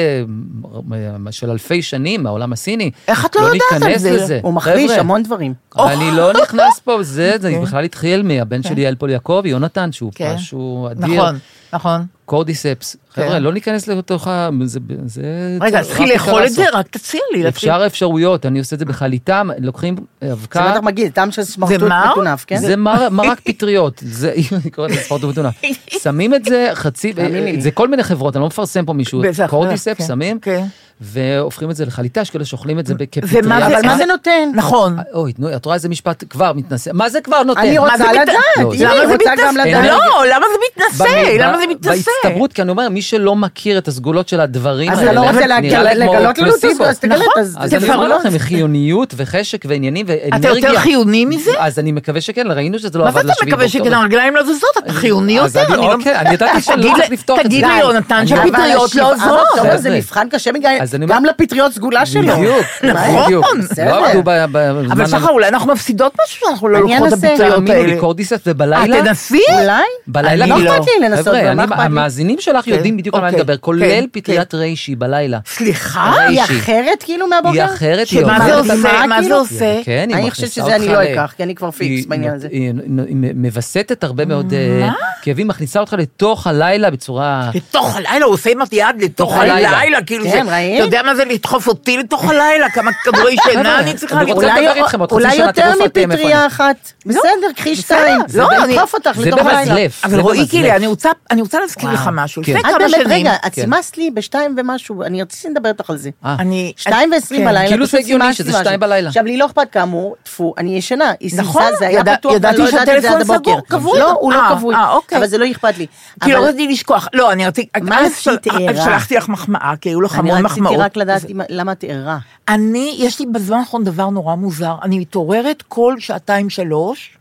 מ- של אלפי שנים, העולם הסיני. איך את לא יודעת על ניכנס זה? לזה. הוא מחריש חבר'ה, המון דברים. אני לא נכנס פה, זה, זה בכלל התחיל מהבן שלי אלפול יעקב, יונתן, שהוא אוקיי. כן. משהו אדיר. נכון, נכון. קורדיספס. חבר'ה, לא ניכנס לתוך ה... זה... זה- רגע, רק אז תתחיל קרה לאכול את זה, לעשות. רק תציע לי. להתחיל. אפשר אפשרויות, אני עושה את זה בחליטה, לוקחים זה אבקה, בטח מגעיל, טעם של סמרטוט מר? מטונף, כן? זה מר- מרק פטריות, זה, (laughs) אני קורא לזה ספורט ובתונה. שמים את זה חצי, תאמיני לי. זה כל מיני חברות, אני לא מפרסם פה מישהו, בטח, קורדיספס כן, שמים, כן. והופכים את זה לחליטה, יש כאלה שאוכלים את זה כפטריה. ומה אבל זה- מה זה נותן? נכון. אוי, נו, את רואה איזה משפט כבר מתנשא. מה זה כבר נותן? אני מה רוצה זה- מת- לדעת, לא, הנה, זה- אני למה זה רוצה מתנשא? גם לדעת. לא, למה זה מתנשא? במ- למה זה ב- מתנשא? בהצטברות, כי אני אומר, מי שלא מכיר את הסגולות של הדברים אז האלה, אתה לא רוצה באמת להגיע- נראה לי כמו לגלות לנו את פלסיבו. הסגולות, אז תגלה את נכון, הסגולות. אז אני אומר תפרלות. לכם, חיוניות וחשק ועניינים ואנרגיה. אתה יותר חיוני מזה? אז אני מקווה שכן, ראינו שזה לא מה זה עבד אתה לשביעי מקווה שכן באוקטובר. הרגליים לא זזות? אתה חיוני אז יותר? אני- אני לא- אוקיי, אני ידעתי שלא תגיד צריך לי- לפתוח את זה. תגיד לי, די. יונתן, אני- אבל שהפטריות השבעה לא עוזרות. אוקטובר זה חבר'ה. מבחן קשה מדי, אז אני אומר- גם לפטריות סגולה שלו. בדיוק, נכון, בדיוק. בסדר. לא עבדו ב- ב- אבל בזמן... שחר, אולי אנחנו מפסידות משהו שאנחנו לא אני לוקחות את אנסה. הבטריות תאמינו לי, האלה. קורדיסט אה, ובלילה, תנסי? אולי? בלילה כאילו- אני לא. אכפת לי לנסות, חבר'ה, אבל אני- מה אכפת לי? המאזינים שלך כן, יודעים בדיוק על מה אני אוקיי, מדבר, כן, כולל פטריית ריישי בלילה. סליחה? הרי אה, היא אישי. אחרת כאילו היא מהבוקר? אחרת, היא שמה זה עוברת אותה עושה? מה, מה זה כאילו? עושה? כן, היא אני מכניסה חושבת שזה אני אותך ל- לא אקח, כי אני כבר פיקס היא בעניין נות- הזה. היא נו- היא מ- מווסתת הרבה מאוד אה, כאבים, מכניסה אותך לתוך הלילה בצורה... לתוך הלילה, הוא עושה עם היד לתוך הלילה. הלילה, כאילו כן, זה, ראית? אתה יודע מה זה לדחוף אותי לתוך הלילה? (laughs) כמה כדורי שינה אני צריכה אני לראות? רוצה אולי- לא- לדבר איתכם, עוד חצי אולי שנה יותר תדעו אתם איפה מפטריה אני. אחת. בסדר, קחי שתיים. לא. בסדר, זה לא, אני- לדחוף אותך זה לתוך הלילה. במזלף. אבל זה רועי במזלף. קילי, אני רוצה- אני רוצה להזכיר וואו, לך משהו. כן. לפני את כמה באמת, שנים, כן. רגע, את סימסת לי בשתיים ומשהו, אני רציתי לדבר איתך על זה. אה, אני... שתיים ועשרים כן. בלילה, כאילו זה פשוט הגיוני סימסתי שזה משהו. שתיים בלילה. עכשיו, לי לא אכפת כאמור, טפו, אני ישנה, היא נכון, סימסה, זה היה ידע- פתוח, ידעתי ולא ידעתי את זה עד שהטלפון הבוקר. סגור, כבוי. לא, הוא לא אה, כבוי, אה, אוקיי. אבל זה לא אכפת לי. כי לא אבל- רציתי לשכוח, לא, אני רציתי, מה א', עשית, של- א', ערה? שלחתי לך מחמאה, כי היו לך אני המון רציתי מחמאות. רק לדעת אם- למה את ערה. אני, יש לי בזמן האחרון דבר נורא מוזר, אני מתעוררת כל שעתיים-שלוש,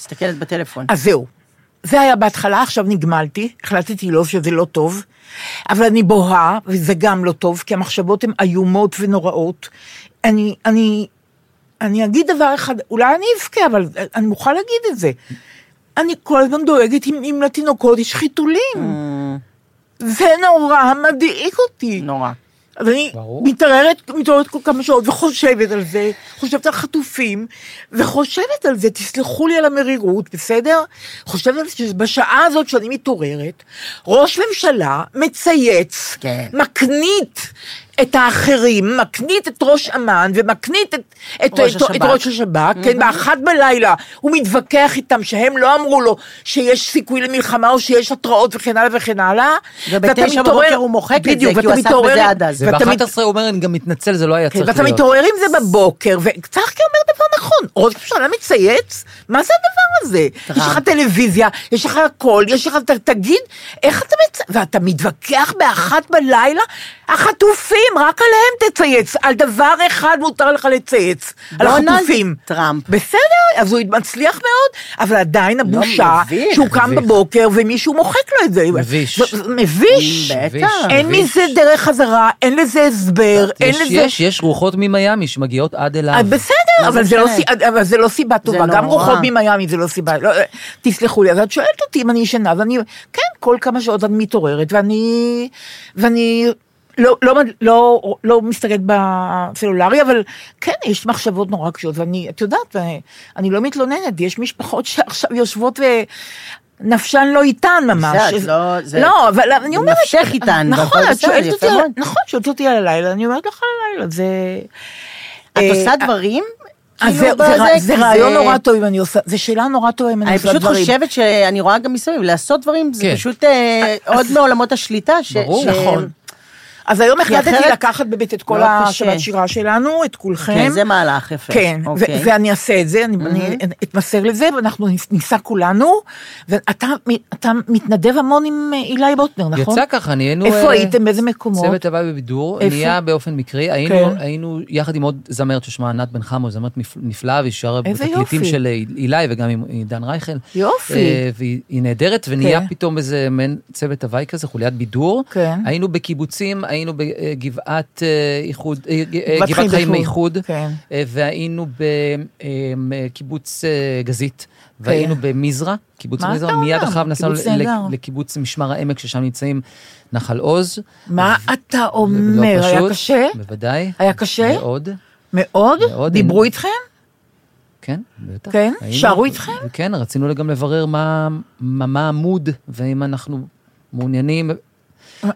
מסתכלת בטלפון. אז זהו. זה היה בהתחלה, עכשיו נגמלתי, החלטתי לא שזה לא טוב, אבל אני בוהה, וזה גם לא טוב, כי המחשבות הן איומות ונוראות. אני, אני, אני אגיד דבר אחד, אולי אני אבכה, אבל אני מוכרחה להגיד את זה. אני כל הזמן דואגת אם, אם לתינוקות יש אה. חיתולים. זה נורא מדאיג אותי. נורא. אז אני ברור. מתערערת, מתעוררת כל כמה שעות וחושבת על זה, חושבת על חטופים, וחושבת על זה, תסלחו לי על המרירות, בסדר? חושבת על זה שבשעה הזאת שאני מתעוררת, ראש ממשלה מצייץ, כן. מקנית את האחרים, מקנית את ראש אמ"ן ומקנית את, את, ראש את, את השב"כ. ראש השב"כ, כן, באחת בלילה הוא מתווכח איתם שהם לא אמרו לו שיש סיכוי למלחמה או שיש התראות וכן הלאה וכן הלאה. ואתה ובתשע בבוקר מתעורר- הוא מוחק את זה, בדיוק, כי הוא ואתה עסק בזה מתעורר- עד אז. זה ואתה מת- ב-11 הוא אומר, אני גם מתנצל, זה לא היה כן, צריך ואתה להיות. מתעורר עם זה בבוקר, וצחקי אומר דבר נכון, ראש ממשלה מצייץ, מה זה הדבר הזה? יש לך טלוויזיה, יש לך הכל, יש לך, ת- תגיד, איך אתה מצייץ? ואתה מתווכח באחת בלילה, החטופים, רק עליהם תצייץ, על דבר אחד מותר לך לצייץ, על דונלד החטופים. טראמפ. לא בסדר, אז הוא מצליח מאוד, אבל עדיין הבושה, מביך, שהוא קם מביך. בבוקר ומישהו מוחק לו את זה. מביש. זה- זה מביש. בטח. אין מביש. מזה דרך חזרה, אין לזה הסבר, אין יש, לזה... יש, יש רוחות ממיאמי שמגיעות עד אה, אליו. בסדר, אבל זה, לא, משנה. סי- אבל זה לא סיבה טובה, לא גם נורא. רוחות ממיאמי זה לא סיבה, לא, אה, תסלחו לי, אז את שואלת אותי אם אני ישנה, ואני, כן, כל כמה שעות אני מתעוררת, ואני, ואני לא, לא, לא, לא, לא מסתכלת בסלולרי, אבל כן, יש מחשבות נורא קשות, ואני, את יודעת, ואני- אני לא מתלוננת, יש משפחות שעכשיו יושבות ו... נפשן לא איתן ממש. זה את לא- זה- לא, אבל אני אומרת... נפשך איתן, נכון, והכל את בסדר, שואלת יפה אותי על- מאוד. נכון, שואלת אותי על הלילה, אני אומרת לך על הלילה, זה... את אה, עושה דברים? אז זה, כאילו, זה, בזה, רע- כי זה רעיון נורא טוב אם אני עושה, זו שאלה נורא טובה אם אני אני עושה פשוט דברים. חושבת שאני רואה גם מסביב, לעשות דברים זה כן. פשוט אה, עוד מעולמות השליטה. ש- ברור. ש- נכון. אז היום החלטתי כאילו- אחרת- לקחת באמת את כל לא קשה. השבת שירה שלנו, את כולכם. כן, זה מהלך יפה. כן, ו- אוקיי. ואני אעשה את זה, אני, אני אתמסר לזה, ואנחנו ניס- ניסע כולנו, ואתה מ- אתה מתנדב המון עם אה, אילי בוטנר, נכון? יצא ככה, נהיינו... איפה אה, הייתם, באיזה מקומות? צוות הבא בבידור, איפה? נהיה באופן מקרי, כן. היינו, היינו יחד עם עוד זמרת ששמה ענת בן חמו, זמרת נפ- נפלאה, והיא שרה איזה בתקליטים יופי. של אה, אילי וגם עם עידן רייכל. יופי. אה, והיא היא נהדרת, ונהיה כן. פתאום איזה מעין צוות הוואי כזה, חוליית בידור. כן. היינו בקיבוצים, היינו בגבעת אה, איחוד, אה, ג- אה, גבעת גבעת חיים חיים איחוד. איחוד, כן. אה, והיינו אה, בקיבוץ אה, גזית, והיינו כן. במזרע, קיבוץ מה מזרע, אתה מיד אומר? אחריו נסענו קיבוץ ל- ל- נהדר. לקיבוץ משמר העמק, ששם נמצאים נחל עוז. מה אתה אומר? לא היה פשוט, קשה? בוודאי. היה קשה? מאוד, מאוד? מאוד, דיברו אני- איתכם? כן, בטח. כן? היינו- שרו איתכם? כן, רצינו גם לברר מה, מה, מה המוד, ואם אנחנו מעוניינים,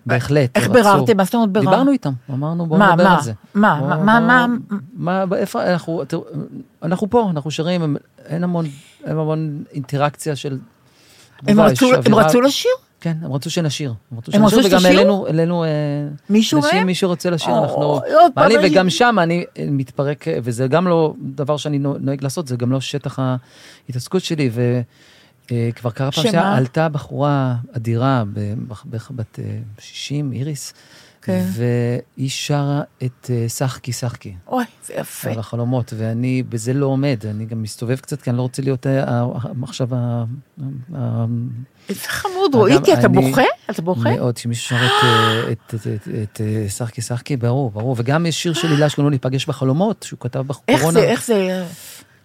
בהחלט. איך רצו. ביררתם? מה זאת אומרת ביררתם? דיברנו איתם, אמרנו בואו מה, נדבר מה? על זה. מה, בואו- מה, מה, בואו- מה, איפה, אנחנו, תראו, אנחנו פה, אנחנו שרים, הם- אין המון, אין המון אינטראקציה של... הם תגובה, רצו- יש הם אווירה- רצו לשיר? כן, הם רצו שנשיר. הם רצו הם שנשיר, רצו וגם שתשירו? העלינו, העלינו... אה, מישהו נשים, מהם? מי שרוצה לשיר, או, אנחנו... עוד פעם מעלים, אני- וגם שם אני אה, מתפרק, אה, וזה גם לא דבר שאני נו- נוהג לעשות, זה גם לא שטח ההתעסקות שלי, וכבר קרה פעם שמה? שעלתה בחורה אדירה, ב- בח- בערך בת אה, 60, איריס, כן. והיא שרה את אה, שחקי שחקי. אוי, זה יפה. על החלומות, ואני בזה לא עומד, אני גם מסתובב קצת, כי אני לא רוצה להיות אה, ה- ה- עכשיו ה- ה- איזה חמוד, אגב, רואיתי, אתה אני- בוכה? אתה בוכה? מאוד, שמישהו שר את, אה, את- את- את- את אה, שחקי שחקי, ברור, ברור. וגם יש שיר של הילה שקוראים לו להיפגש בחלומות, שהוא כתב איך בקורונה. זה, איך זה...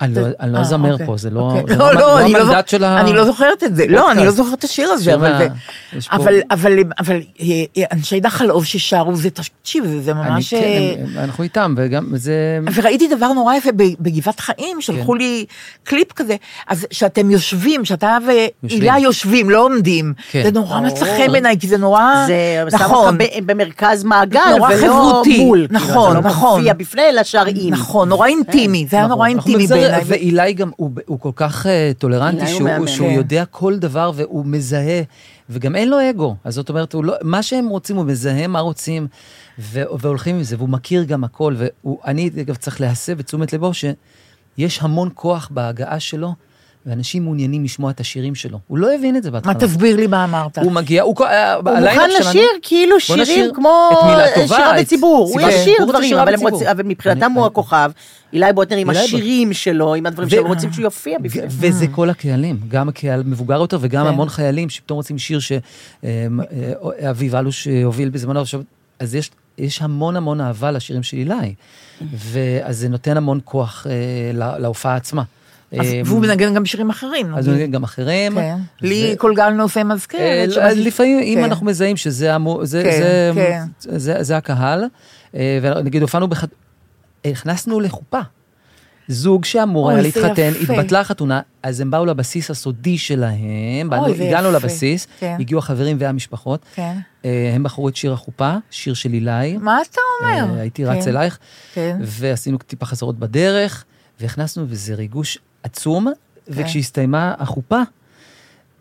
אני לא- אני לא אה, אזמר אוקיי, פה, זה לא אוקיי. זה לא, המנ- לא, אני לא המנדט זוכ- של ה... אני לא זוכרת את זה, לא, אני לא זוכרת את השיר הזה, אבל של זה... ה- יש פה- אבל, אבל, אבל אה, אה, אנשי נחלאוב ששרו, זה תקשיב, זה- זה אני- ממש... אה, כן, הם- אנחנו איתם, וגם זה... וראיתי דבר נורא יפה ב- בגבעת חיים, שלחו כן. לי קליפ כזה, אז שאתם יושבים, שאתה והילה יושבים, לא עומדים. כן. זה נורא מצא חן ברור. בעיניי, כי זה נורא... זה שם אותך נכון, ב- במרכז מעגל, נורא ולא חברותי. מול. כאילו, נכון, אתה לא נכון. מופיע בפני, אלא שר עם. נכון, כן. נורא אינטימי, זה היה נורא אנחנו אינטימי מבזר- בעיניי. ואילי גם, הוא, הוא כל כך אה, טולרנטי, אילי הוא שהוא, מהמם. שהוא כן. יודע כל דבר והוא מזהה, וגם אין לו אגו. אז זאת אומרת, הוא לא, מה שהם רוצים, הוא מזהה מה רוצים, ו, והולכים עם זה, והוא מכיר גם הכל. ואני, אגב, צריך להסב את תשומת לבו שיש המון כוח בהגעה שלו, ואנשים מעוניינים לשמוע את השירים שלו. הוא לא הבין את זה בהתחלה. מה תסביר לי מה אמרת? הוא מגיע, הוא... אה, הוא מוכן לשיר כאילו בוא נשיר שירים כמו אה, את מילה טובה, שירה את בציבור. הוא סיבה ישיר לציבור, דברים, שירה אבל הם בציבור. רוצים- אבל מבחינתם אני- הוא הכוכב. אילי בוטנר עם אילי השירים שלו, עם הדברים ו- שהם רוצים שהוא יופיע ו- בפניהם. וזה כל הקהלים, גם קהל מבוגר יותר וגם Mm. כן. המון חיילים שפתאום רוצים שיר שאביב אלוש אה, הוביל בזמנו. עכשיו, אז יש, יש המון המון אהבה לשירים של אילי, ואז זה נותן המון כוח אה, לה- להופעה עצמה. אז- אה, והוא מנגן גם שירים אחרים. אז נגיד. הוא גם אחרים. כן. ו- לי כל גל נושא אה, מזכרת. אז לפעמים, אם כן. אנחנו מזהים שזה המו- זה- כן, זה- כן. זה- זה הקהל, אה, ונגיד הופענו, בח- נכנסנו לחופה. זוג שאמור אוי, היה זה להתחתן, יפה. התבטלה החתונה, אז הם באו לבסיס הסודי שלהם, באנו- זה הגענו יפה. לבסיס, כן. הגיעו החברים והמשפחות, כן. אה, הם בחרו את שיר החופה, שיר של אילי, מה אתה אומר? אה, הייתי כן, רץ אלייך, כן. ועשינו טיפה חזרות בדרך, והכנסנו, וזה ריגוש עצום, כן. וכשהסתיימה החופה,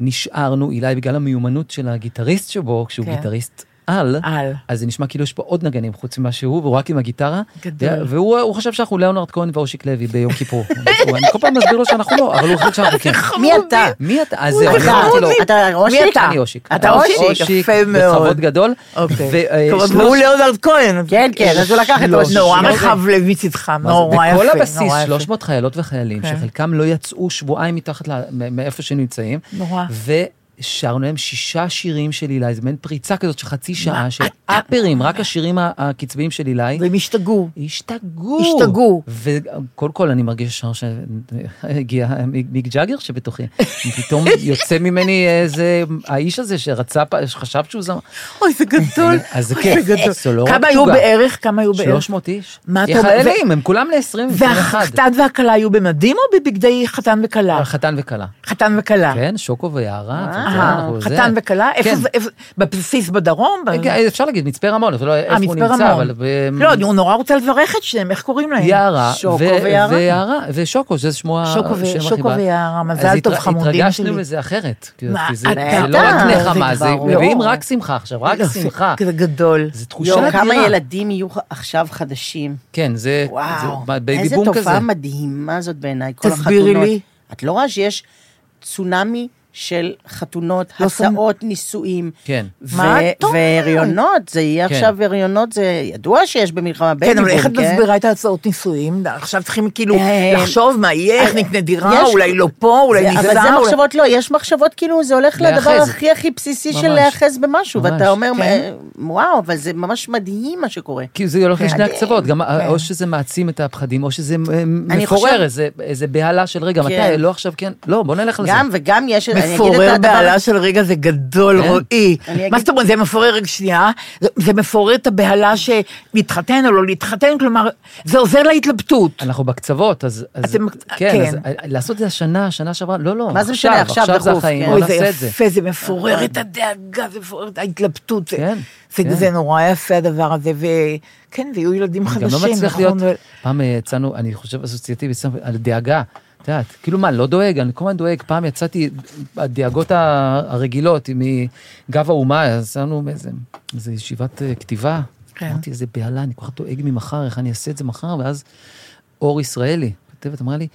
נשארנו, אילי, בגלל המיומנות של הגיטריסט שבו, כשהוא כן. גיטריסט על, על. אז זה נשמע כאילו יש פה עוד נגנים חוץ ממה שהוא, והוא רק עם הגיטרה. גדול. ו- והוא הוא חושב שאנחנו ליאונרד כהן ואושיק לוי ביום (laughs) כיפור. הוא- אני כל פעם מסביר לו שאנחנו לא, אבל הוא חושב שאנחנו כן. מי אתה? מי אתה? אז הוא זהו, אני חמודי. אמרתי לו, אתה אושיק? לא. מי אתה? אני אושיק. אתה אושיק? יפה מאוד. בכבוד גדול. אוקיי. ו- אה, טוב, אז שלוש- הוא ליאונרד כהן. כן, כן, אז הוא לקח את שלוש. ראש. נורא שלוש- רחב לב מצידך, מה זה? נורא יפה. בכל הבסיס, נורא יפה. 300 חיילות וחיילים, כן. שחלקם לא יצאו שבועיים מתחת, ל- מ- מאיפה שהם נמצאים. נורא. ושרנו להם שישה שירים של אילי, זו מעין פריצה כזאת של חצי שעה, של אפרים, רק השירים ה- הקצביים של אילי. והם השתגעו. השתגעו. השתגעו. וקודם כל אני מרגיש ישר שהגיע מיק מיק ג'אגר שבתוכי. פתאום יוצא ממני איזה, האיש הזה שרצה, פ- שחשב שהוא זמר. אוי, זה גדול. אז זה אוי, כיף. גדול. זה (laughs) לא רק כמה היו תוגה. בערך? כמה היו בערך? 300 איש. מה אתה אומר? חיילים, הם כולם ל-20, 21. והחתן והכלה היו במדים או בבגדי חתן וכלה? אה, חתן וכלה. חתן וכלה. כן, שוקו ויערה. אה, וזה, אנחנו זה. חתן וכלה? איפה כן. זה? איפה- בבסיס בדרום? ב- כן, אפשר להגיד, מצפה רמון, זה לא איפה אה, הוא מצפה נמצא, רמון. אבל... ב- לא, אני נורא רוצה לברך את שניהם, איך קוראים להם? יערה, שוקו ו- ויערה. ויערה, ושוקו, שזה שמו ה- שוקו ו- שם שוקו החיבה. ויערה, אז מזל טוב, התר- חמודים התרגשנו שלי. לזה אחרת. כי מה, כי זה אתה- זה לא רק זה נחמה, זה ברור. מביאים רק שמחה עכשיו, רק לא, זה- שמחה. זה לא, גדול. זו תחושה יואו, אדירה. כמה ילדים יהיו עכשיו חדשים. כן, זה... וואו, זה בייבי איזה בום כזה. תופעה מדהימה זאת בעיניי, כל החתונות. תסבירי לי. את לא רואה שיש צונאמי של חתונות, לא הצעות, נישואים. כן. ו- מה את אומרת? והריונות, זה יהיה כן. עכשיו הריונות, זה ידוע שיש במלחמה בייבי כן, בום, אבל כן? איך את מסבירה את ההצעות נישואים? עכשיו צריכים כאילו אה, לחשוב מה יהיה, איך נקנה דירה, יש- אולי לא פה, אולי זה- ניסע. אבל זה אולי- מחשבות, לא, יש מחשבות כאילו, זה הולך לדבר להיאחז. הכי הכי בסיסי של ממש. להיאחז במשהו, ממש. ואתה אומר, כן. אה, וואו, אבל זה ממש מדהים מה שקורה. כי זה הולך כן. לשני הקצוות, גם כן. או שזה מעצים את הפחדים, או שזה אה, אני מפורר חושב- איזה- איזה בהלה של רגע, מתי, כן. לא עכשיו, כן, לא, בוא נלך לזה. גם וגם יש, אני אגיד את מפורר הדבר- כן, בהלה של רגע זה גדול, כן. רועי. אני אגיד- מה זאת אומרת, זה מפורר רגע שנייה, זה- זה מפורר את הבהלה שלהתחתן או לא להתחתן, כלומר, זה עוזר להתלבטות. אנחנו בקצוות, אז... אז- אתם- כן, כן. אז אה, לעשות את זה השנה, שנה שעברה, לא, לא, מה זה משנה, עכשיו עכשיו זה דחוף, החיים, כן. בוא אוי, זה נעשה את זה. יפה, זה מפורר את הדאגה, זה מפורר את ההתלבטות. זה- כן, זה- כן. זה נורא יפה הדבר הזה, וכן, ויהיו ילדים גם חדשים. לא (laughs) מצליח נכון, להיות, ו- פעם אה, יצאנו, אני חושב אסוציאטיבי, סתם, על דאגה. את יודעת, כאילו מה, לא דואג, אני כל הזמן דואג. פעם יצאתי, הדאגות ה- הרגילות מגב האומה, אז עשינו איזה, איזה ישיבת אה, כתיבה. כן. אמרתי, איזה בהלה, אני כל כך דואג ממחר, איך אני אעשה את זה מחר? ואז אור ישראלי, כתבת, אמרה לי,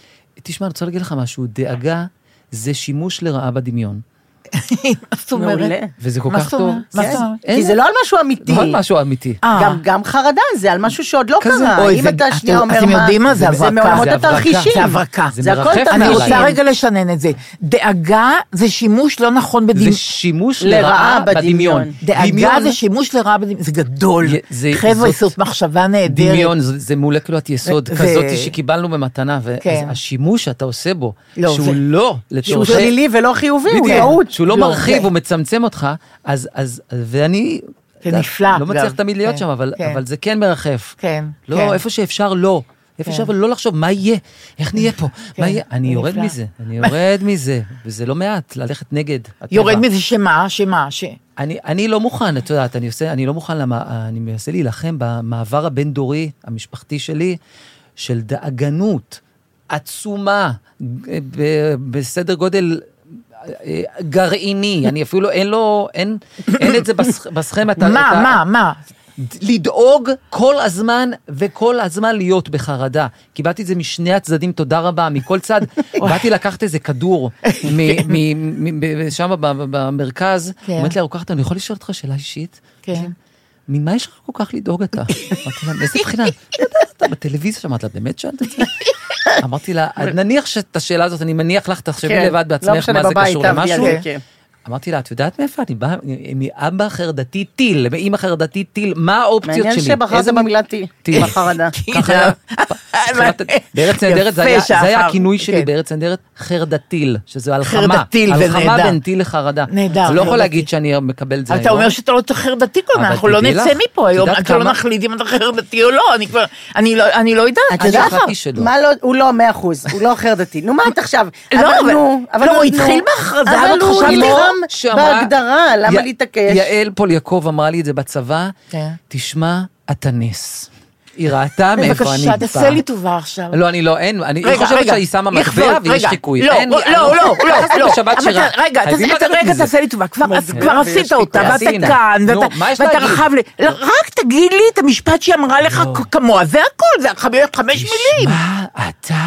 תשמע, אני רוצה להגיד לך משהו, דאגה זה שימוש לרעה בדמיון. מה זאת מעולה. אומרת? וזה כל מה כך זאת טוב. אומרת? מה כן, זאת אומרת? אין- כי זה לא על משהו אמיתי. לא על משהו אמיתי. אה. גם, גם חרדה, זה על משהו שעוד לא כזה, קרה. אוי, אם זה- אתה אתם- שנייה אומר מה... אתם יודעים מה? זה זה הברקה. מעולמות זה הברקה. התרחישים. זה הברקה. זה הכל מרחף אני מעליי. רוצה רגע לשנן את זה. דאגה זה שימוש לא נכון זה בדמיון. שימוש לרעה לרעה בדמיון. בדמיון. דאגה דמיון- זה שימוש לרעה בדמיון. זה גדול. י- זה- חבר'ה, זאת- זאת מחשבה נהדרת. דמיון זה, זה מולקולת יסוד ו- ו- ו- כזאת שקיבלנו במתנה, כן. והשימוש שאתה עושה בו, לא, שהוא זה- לא שהוא לצורכי... שלילי ולא חיובי, הוא בדיוק, טעות. שהוא לא, לא, מרחיב, זה- הוא מצמצם אותך, אז, אז, ואני... זה נפלא, לא אגב. מצליח תמיד להיות כן, שם, אבל, כן. אבל זה כן מרחף. כן, לא, כן. איפה שאפשר, לא. איפה שאפשר, אבל לא לחשוב, מה יהיה? איך נהיה (laughs) פה? מה יהיה? אני כן, זה יורד נפלא. מזה, אני יורד מזה, וזה לא מעט, ללכת נגד. הטבע. יורד מזה שמה? שמה? ש... אני, אני לא מוכן, את יודעת, אני, עושה, אני לא מוכן, למה, אני מנסה להילחם במעבר הבין-דורי המשפחתי שלי, של דאגנות עצומה, ב, בסדר גודל אה, גרעיני, אני אפילו, אין לו, אין, אין את זה בסכ- בסכמת. מה? מה? מה? לדאוג כל הזמן וכל הזמן להיות בחרדה. קיבלתי את זה משני הצדדים, תודה רבה, מכל (laughs) צד. באתי לקחת איזה כדור שם במרכז, כן. אומרת לי הרוקחת, אני יכול לשאול אותך שאלה אישית? כן. ממה יש לך כל כך לדאוג אתה? אמרתי לה, מאיזה בחינה? "אני יודעת, אתה בטלוויזיה שמעת לה, באמת שאלת את זה? אמרתי לה, "אז נניח שאת השאלה הזאת, אני מניח לך, תחשבי כן, לבד לא בעצמך משנה, מה זה בבית, קשור תעבדי על למשהו. זה, כן. אמרתי לה, את יודעת מאיפה? אני באה מאבא חרדתי טיל, מאמא חרדתי טיל, מה האופציות שלי? מעניין שבחרת (laughs) איזה במילה טיל, טיל. בחרדה. (laughs) ככה היה, אבל- בארץ נהדרת, זה היה- יפה זה היה שחר, הכינוי שלי כן. בארץ נהדרת, חרדתיל, שזה הלחמה. חרדתיל, זה הלחמה נהדר. בין טיל לחרדה. נהדר, אני לא יכול חרדתי. להגיד שאני מקבל את זה היום. אתה אומר שאתה לא צריך חרדתי כל הזמן, אבל אנחנו לא תדעי נצא לך, מפה היום, יודעת אתה לא כמה- נחליט אם אתה חרדתי או לא, אני כבר, אני לא- אני לא יודעת. את אני יודעת החלטתי שלא. מה לא, הוא לא מאה אחוז, הוא לא חרדתי. נו, מה את עכשיו? לא, אבל- נו, לא, נו, הוא נו. התחיל בהכרזה, אבל אבל הוא חשבתי- נלחם כמו שאמרה- בהגדרה, למה יה- להתעקש? יעל פול יעקב אמרה לי את זה בצבא, כן. תשמע, אתה נס. היא ראתה מאיפה אני (laughs) בבקשה, באה. תעשה לי טובה עכשיו. לא, אני לא, אין, אני היא רגע, חושבת רגע, שהיא שמה מטבע לכבוד, ויש רגע. חיקוי. לא, אין לי- לא, אני לא, לא, ככה זה לא. בשבת אבל שירה. אתה- רגע, חייבים תעשה- לרדת רגע, מזה. תעשה לי טובה, כבר אז- כבר לא, ויש עשית אותה, חיקוי. ואתה עשינו. כאן, נו, ואתה- מה יש ואתה להגיד? לא. רחב לי. לא, רק תגיד לי את המשפט שהיא אמרה לך כ- כמוה, זה הכל, זה חמש חמש מילים. תשמע, אתה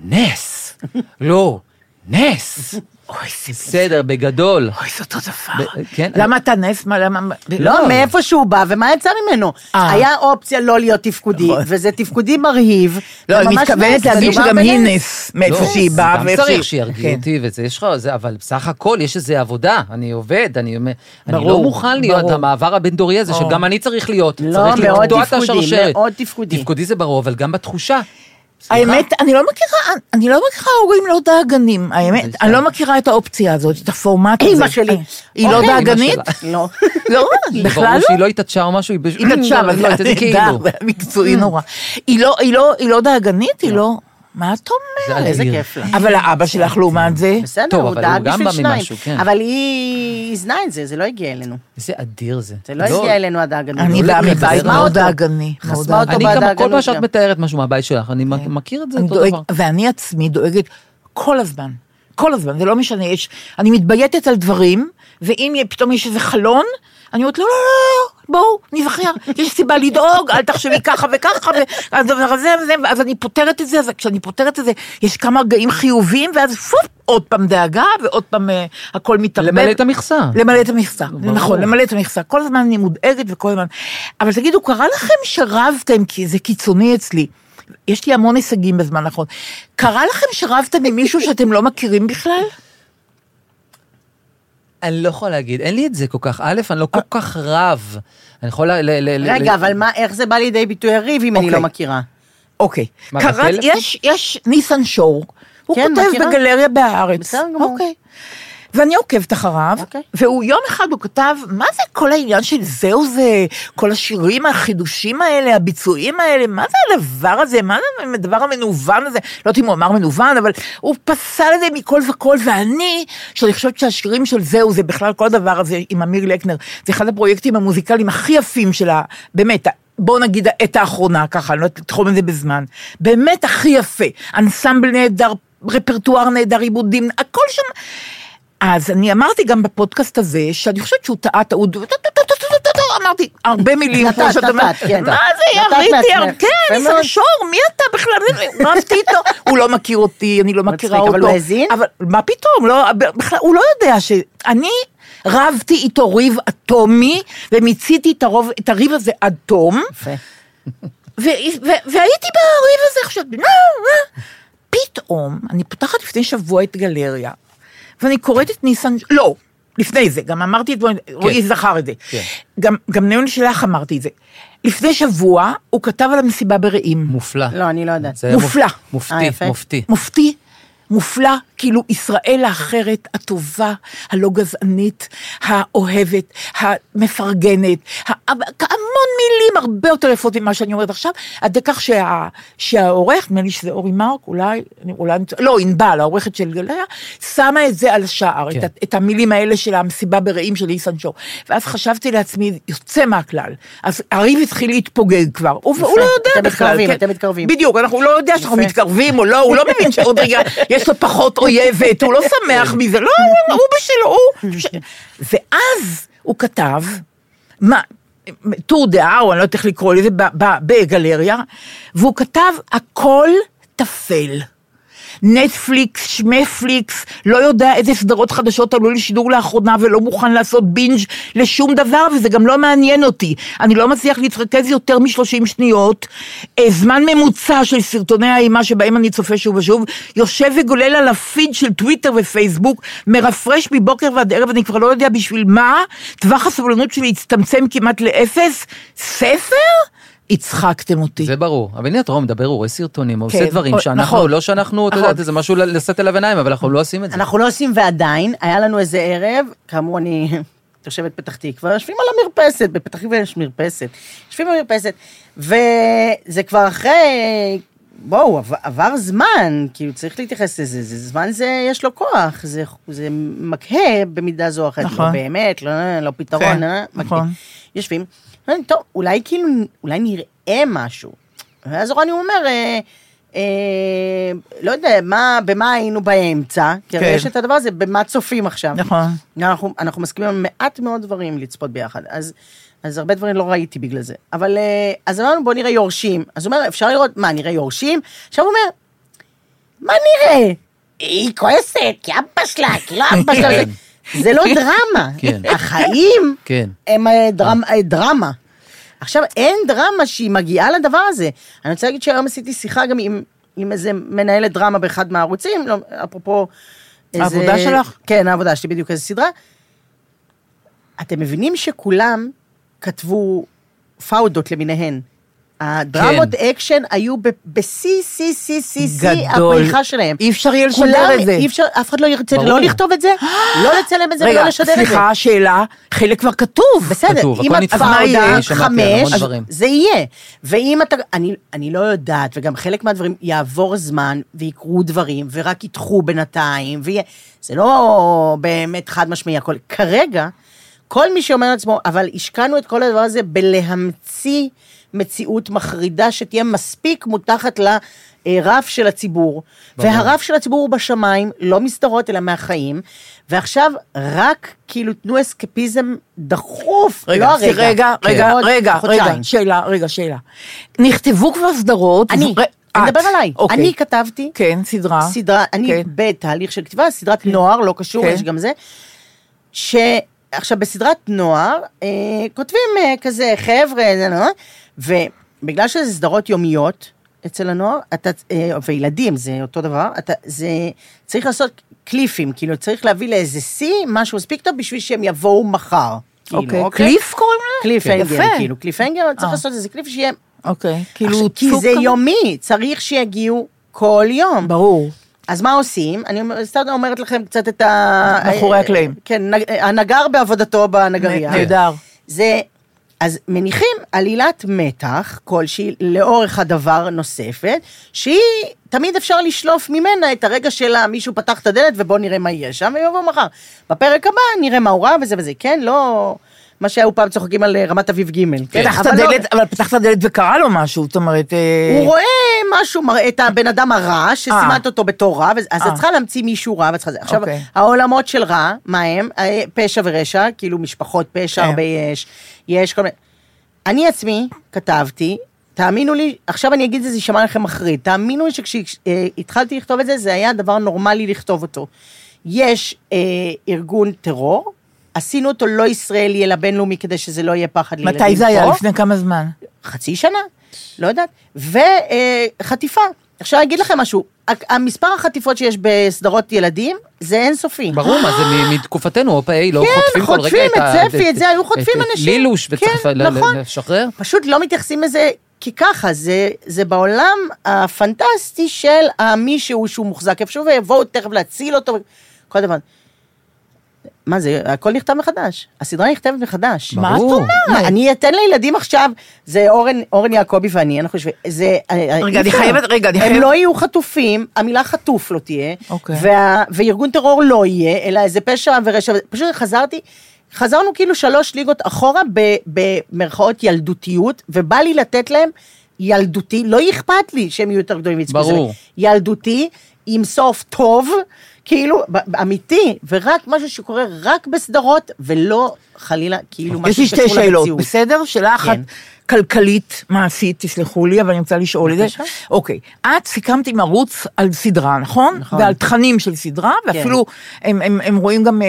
(laughs) נס. לא, נס. אוי, זה- בסדר, בגדול. אוי, זה אותו דבר. ב- כן, למה אתה נס? מה, למה... לא, מאיפה שהוא בא ומה יצא ממנו. אה. היה אופציה לא להיות תפקודי, נכון. וזה תפקודי מרהיב. לא, וממש אני מתכוונת נס, להגיד מדובר שגם היא בנס. נס, מאיפה לא, שהיא באה גם ואיפה שהיא... צריך שירגיעו כן. אותי וזה, יש לך, זה- אבל בסך הכל יש איזו עבודה, אני עובד, אני אומר, אני ברור, לא מוכן להיות ברור. המעבר הבין-דורי הזה, או. שגם אני צריך להיות, לא, צריך מאוד לקטוע את תפקודי, השרשרת. מאוד תפקודי. תפקודי זה ברור, אבל גם בתחושה. סליחה, האמת, אני לא מכירה, אני לא מכירה הורים לא דאגנים, האמת, זה אני לא מכירה את האופציה הזאת, את הפורמט הזה. אימא שלי. היא לא אוקיי. אמא דאגנית? שלה. (laughs) לא. לא, בכלל ברור לא. שהיא לא התעדשה או משהו, היא היא נטשה, אבל (laughs) לא, (laughs) זה כאילו. מקצועי נורא. Mm. היא לא- היא לא- היא לא דאגנית? היא לא... מה את זה אומרת? איזה אדיר. (laughs) כיף לה. אבל האבא שלך לעומת זה? בסדר, טוב, הוא אבל דאג הוא גם בשביל בא שניים. ממשהו, כן. אבל היא הזנה את זה, זה לא הגיע אלינו. איזה אדיר זה. זה לא הגיע אלינו עד ההגנה. אני לא באה לקחת, מבית זה לא מאוד אותו. דאגני. מאוד חסמה אותו כן. אני בעד גם, כל ההגנות פעם שאת גם. מתארת משהו מהבית שלך, אני מכיר את זה אני אותו דואג, דבר. ואני עצמי דואגת כל הזמן. כל הזמן, זה לא משנה, יש, אני מתבייתת על דברים, ואם יהיה- פתאום יש איזה חלון, אני אומרת, לא, לא, לא, לא, בואו, נבחר, (laughs) יש סיבה לדאוג, אל תחשבי ככה וככה, והדבר הזה, וזה, ואז אני פותרת את זה, אז כשאני פותרת את זה, יש כמה רגעים חיוביים, ואז פופ, עוד פעם דאגה, ועוד פעם אה, הכל מתערבב. למלא את המכסה. למלא את המכסה, ברור. נכון, למלא את המכסה. כל הזמן אני מודאגת וכל הזמן. אבל תגידו, קרה לכם שרבתם, כי זה קיצוני אצלי. יש לי המון הישגים בזמן האחרון. קרה לכם שרבתם עם מישהו שאתם לא מכירים בכלל? אני לא יכול להגיד, אין לי את זה כל כך. א', אני אה. לא כל כך רב. אני יכול ל... ל- ל- רגע, ל- אבל מה, איך זה בא לידי ביטוי הריב אם אני אוקיי. לא מכירה? אוקיי. מה, קרה, בטלפון? יש, יש ניסן שור, הוא כן, כותב מכירה. בגלריה בהארץ. בסדר גמור. אוקיי. ואני עוקבת אחריו, אוקיי. והוא יום אחד הוא כתב, מה זה כל העניין של זהו זה, כל השירים, החידושים האלה, הביצועים האלה, מה זה הדבר הזה, מה זה הדבר המנוון הזה, לא יודעת אם הוא אמר מנוון, אבל הוא פסל את זה מכל וכל, ואני, שאני חושבת שהשירים של זהו זה, בכלל כל הדבר הזה עם אמיר לקנר, זה אחד הפרויקטים המוזיקליים הכי יפים של ה... באמת, בואו נגיד העת האחרונה, ככה, אני לא יודעת לתחום את זה בזמן. באמת הכי יפה, אנסמבל נהדר, רפרטואר נהדר, עיבודים, הכל שם. אז אני אמרתי גם בפודקאסט הזה, שאני חושבת שהוא טעה טעות, אמרתי (laughs) הרבה מילים, נתת, כמו שאת נתת, אומרת, כן. מה זה, נתת יריתי, מעצמך. כן, יפה ניסן מאוד. שור, מי אתה בכלל, רבתי איתו, (laughs) הוא לא מכיר אותי, אני לא מכירה מצחיק, אותו. אבל הוא האזין? אבל מה פתאום, לא, בכלל, הוא לא יודע ש... אני רבתי איתו ריב אטומי, ומיציתי את הרוב- את הריב הזה עד תום, יפה. ו- ו- והייתי בריב הזה עכשיו, נו, אה. פתאום, אני פותחת לפני שבוע את גלריה, ואני קוראת את ניסן, לא, לפני זה, גם אמרתי את זה, רועי זכר את זה. כן. גם, גם נאון שלך אמרתי את זה. לפני שבוע הוא כתב על המסיבה ברעים. מופלא. לא, אני לא יודעת. זה היה מופ- מופלא. אה, מופתי, יפה. מופתי. מופתי, מופלא, כאילו ישראל האחרת, הטובה, הלא גזענית, האוהבת, המפרגנת, ה- המון מילים הרבה יותר יפות ממה שאני אומרת עכשיו, עד כך שה, שהעורך, נדמה לי שזה אורי מרק, אולי, אני- אולי, אני- לא, ענבל, העורכת של גלריה, שמה את זה על השער, כן. את, ה- את המילים האלה של המסיבה ברעים של איסן שור. ואז חשבתי לעצמי, יוצא מהכלל. אז הריב התחיל להתפוגג כבר, הוא, הוא לא יודע אתם בכלל. מתקרבים, כן. אתם מתקרבים. בדיוק, אנחנו הוא לא יודע שאנחנו יפה. מתקרבים או לא, הוא לא מבין שעוד רגע יש לו פחות אויבת, הוא לא שמח מזה, לא, הוא- הוא בשלו, הוא... ש- ואז הוא כתב, מה, טור דעה, או אני לא יודעת איך לקרוא לזה, ב- ב- בגלריה, והוא כתב, הכל טפל. נטפליקס, שמפליקס, לא יודע איזה סדרות חדשות עלו לשידור לאחרונה ולא מוכן לעשות בינג' לשום דבר, וזה גם לא מעניין אותי. אני לא מצליח להתרכז יותר מ-30 שניות. אה, זמן ממוצע של סרטוני האימה שבהם אני צופה שוב ושוב, יושב וגולל על הפיד של טוויטר ופייסבוק, מרפרש מבוקר ועד ערב, אני כבר לא יודע בשביל מה, טווח הסבלנות שלי הצטמצם כמעט לאפס, ספר? הצחקתם אותי. זה ברור. אבל הנה, את רואה, הוא מדבר, הוא רואה סרטונים, הוא כן, עושה דברים או- שאנחנו, נכון. לא שאנחנו, אתה נכון. יודעת, זה משהו ל- לשאת אליו עיניים, אבל אנחנו לא עושים את זה. אנחנו לא עושים ועדיין, היה לנו איזה ערב, כאמור אני (laughs) תושבת פתח תקווה, יושבים על המרפסת, בפתח תקווה יש מרפסת, יושבים על המרפסת, וזה כבר אחרי, בואו, עבר, עבר זמן, כאילו צריך להתייחס לזה, זה זמן זה, יש לו כוח, זה, זה מקהה במידה זו או אחרת, נכון. לא באמת, לא, לא פתרון, כן, אה, נכון. מקהה. יושבים, אומרים, טוב, אולי כאילו, אולי נראה משהו. ואז רוני אומר, אה, אה, לא יודע, מה, במה היינו באמצע? כי הרי כן. יש את הדבר הזה, במה צופים עכשיו. נכון. אנחנו, אנחנו מסכימים על מעט מאוד דברים לצפות ביחד, אז, אז הרבה דברים לא ראיתי בגלל זה. אבל אה, אז אמרנו, בוא נראה יורשים. אז הוא אומר, אפשר לראות, מה, נראה יורשים? עכשיו הוא אומר, מה נראה? היא כועסת, כי אבא שלה, כי לא אבא שלה. כן. זה- זה לא דרמה. כן. החיים כן. הם אה, דרמ- אה, דרמה. עכשיו, אין דרמה שהיא מגיעה לדבר הזה. אני רוצה להגיד שהיום עשיתי שיחה גם עם, עם איזה מנהלת דרמה באחד מהערוצים, לא, אפרופו... איזה- העבודה שלך? כן, העבודה שלי, בדיוק איזה סדרה. אתם מבינים שכולם כתבו פאודות למיניהן. הדרמות כן. אקשן היו ב- בשיא, שיא, שיא, שיא, שיא גדול. הפריחה שלהם. אי אפשר יהיה לשדר כולם, את זה. אי אפשר, אף אחד לא ירצה ברור. לא לכתוב את זה, לא לצלם את זה רגע, ולא לשדר את זה. סליחה, שאלה, חלק כבר כתוב. בסדר, כתוב, אם הכל את נתפס. כבר אז מה יהיה? הודעה שמעתי על המון חמש, אז דברים. נכון. זה יהיה. ואם אתה, אני, אני לא יודעת, וגם חלק מהדברים, יעבור זמן ויקרו דברים, ורק ידחו בינתיים, ויהיה, זה לא באמת חד משמעי הכל. כרגע, כל מי שאומר לעצמו, אבל השקענו את כל הדבר הזה בלהמציא מציאות מחרידה שתהיה מספיק מותחת לרף של הציבור. והרף של הציבור הוא בשמיים, לא מסדרות אלא מהחיים, ועכשיו רק כאילו תנו אסקפיזם דחוף, לא הרגע. רגע, רגע, עוד רגע, רגע, חודשיים. שאלה, רגע, שאלה. נכתבו כבר סדרות. אני, ו- אני את. מדבר עליי. אוקיי. אני כתבתי כן, סדרה. סדרה, אני כן. בתהליך של כתיבה, סדרת נוער, לא קשור, כן. יש גם זה. ש... עכשיו, בסדרת נוער, אה, כותבים אה, כזה, חבר'ה, זה לא, ובגלל שזה סדרות יומיות אצל הנוער, אתה, אה, וילדים, זה אותו דבר, אתה, זה, צריך לעשות קליפים, כאילו, צריך להביא לאיזה שיא משהו מספיק טוב בשביל שהם יבואו מחר. כאילו, אוקיי. קליף קוראים לזה? קליפהנגר, יפה. כאילו, קליפהנגר, צריך אה. לעשות איזה קליפ שיהיה... אוקיי. כאילו, עכשיו, כי צוק זה כזה? יומי, צריך שיגיעו כל יום. ברור. אז מה עושים? אני אומר- סתם אומרת לכם קצת את ה... מאחורי הקלעים. כן, נג- הנגר בעבודתו בנגרייה. נהדר. זה, אז מניחים עלילת מתח כלשהי לאורך הדבר נוספת, שהיא, תמיד אפשר לשלוף ממנה את הרגע שלה, מישהו פתח את הדלת ובוא נראה מה יהיה שם, ויבוא מחר. בפרק הבא נראה מה הוא ראה וזה וזה, כן, לא... מה שהיו פעם צוחקים על אה, רמת אביב ג', כן? פתח את אבל לא, הדלת, אבל פתח את הדלת וקרה לו משהו, זאת אומרת... אה, הוא רואה משהו, מראה את הבן אדם הרע, שסימנת אותו בתור רע, ואז- אז את אה. צריכה להמציא מישהו רע, ואת צריכה זה. עכשיו, אוקיי. העולמות של רע, מה הם? אה, פשע ורשע, כאילו משפחות פשע, כן. הרבה יש, יש כל מיני... אני עצמי כתבתי, תאמינו לי, עכשיו אני אגיד את זה, זה יישמע לכם מחריד, תאמינו לי שכשהתחלתי לכתוב את זה, זה היה דבר נורמלי לכתוב אותו. יש אה, ארגון טרור, עשינו אותו לא ישראלי, אלא בינלאומי, כדי שזה לא יהיה פחד לילדים פה. מתי זה היה? לפני כמה זמן? חצי שנה, לא יודעת, וחטיפה. עכשיו אני אגיד לכם משהו, ה- המספר החטיפות שיש בסדרות ילדים זה אינסופי. ברור, מה זה מ- מתקופתנו, הופה, היי, לא אה! כן, חוטפים כל רגע חוטפים את את ה... צפי, את זה היו חוטפים את- את אנשים. לילוש, כן, וצריך ל- ל- נכון. לשחרר. פשוט לא מתייחסים לזה כככה, זה, זה בעולם הפנטסטי של המישהו שהוא מוחזק איפשהו, ויבואו תכף להציל אותו, כל דבר. מה זה, הכל נכתב מחדש, הסדרה נכתבת מחדש. מה את ברור. אומרת? מה, אני אתן לילדים עכשיו, זה אורן, אורן יעקבי ואני, אנחנו יושבים, זה... אה, רגע, אני חייבת, רגע, אני הם חייבת- לא יהיו חטופים, המילה חטוף לא תהיה, אוקיי. וה- וארגון טרור לא יהיה, אלא איזה פשע ורשע, פשוט חזרתי, חזרנו כאילו שלוש ליגות אחורה ב- במרכאות ילדותיות, ובא לי לתת להם ילדותי, לא אכפת לי שהם יהיו יותר גדולים ויצאו ברור. מזה. ילדותי, עם סוף טוב, כאילו, ב- אמיתי, ורק משהו שקורה רק בסדרות, ולא חלילה, כאילו, יש משהו לי שתי שקשור שאלות, למציאות. בסדר? שאלה אחת כן. כלכלית, מעשית, תסלחו לי, אבל אני רוצה לשאול את זה. בבקשה. אוקיי, את סיכמת עם ערוץ על סדרה, נכון? נכון. כן. ועל תכנים של סדרה, ואפילו הם- הם הם רואים גם אה,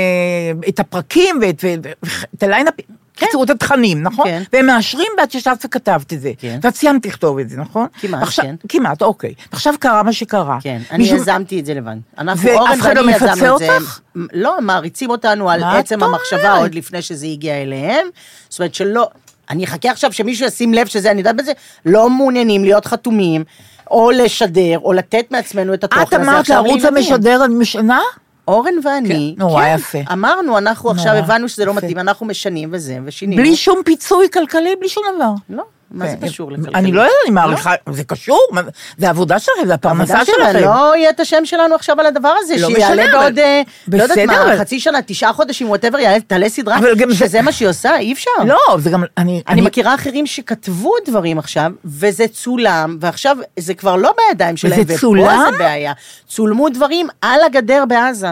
את הפרקים ואת ו- ו- את הליינאפ, קיצור, את התכנים, נכון? כן. והם מאשרים ואת ישבת וכתבת את זה. כן. ואת סיימת לכתוב את זה, נכון? כמעט, ועכשיו- כן. כמעט, אוקיי. עכשיו קרה מה שקרה. כן, אני מישהו- יזמתי את זה לבד. אנחנו, ואף אורן אחד לא ואני מפצה יזמנו את זה. אותך? מ- לא, הם מעריצים אותנו על מה את עצם אומרת? המחשבה עוד לפני שזה הגיע אליהם. זאת אומרת שלא, אני אחכה עכשיו שמישהו ישים לב שזה, אני יודעת בזה, לא מעוניינים להיות חתומים, או לשדר, או לתת מעצמנו את התוכן אה, את הזה. אמרת עכשיו לערוץ לילדים. המשדר, אני משנה? אורן ואני, כן, נורא יפה. אמרנו, אנחנו עכשיו נורא הבנו שזה לא יפה. מתאים, אנחנו משנים וזה, ושינינו. בלי שום פיצוי כלכלי, בלי שום דבר. לא, מה זה קשור לכלכלה? אני לא יודעת, אני מעריכה, זה קשור, מה- זה העבודה שלכם, זה הפרנסה עבודה שלנו, שלכם. לא יהיה את השם שלנו עכשיו על הדבר הזה, לא שיעלה משנה, בעוד, אבל- אה, לא יודעת בסדר, מה, אבל- חצי שנה, תשעה חודשים, וואטאבר, יעלה, תעלה סדרה, אבל גם שזה זה- מה שהיא עושה, אי אפשר. לא, זה גם, אני... אני מכירה אחרים שכתבו דברים עכשיו, וזה צולם, ועכשיו זה כבר לא בידיים שלהם, וזה ופה צולם? זה בעיה. צולמו דברים על הגדר בעזה.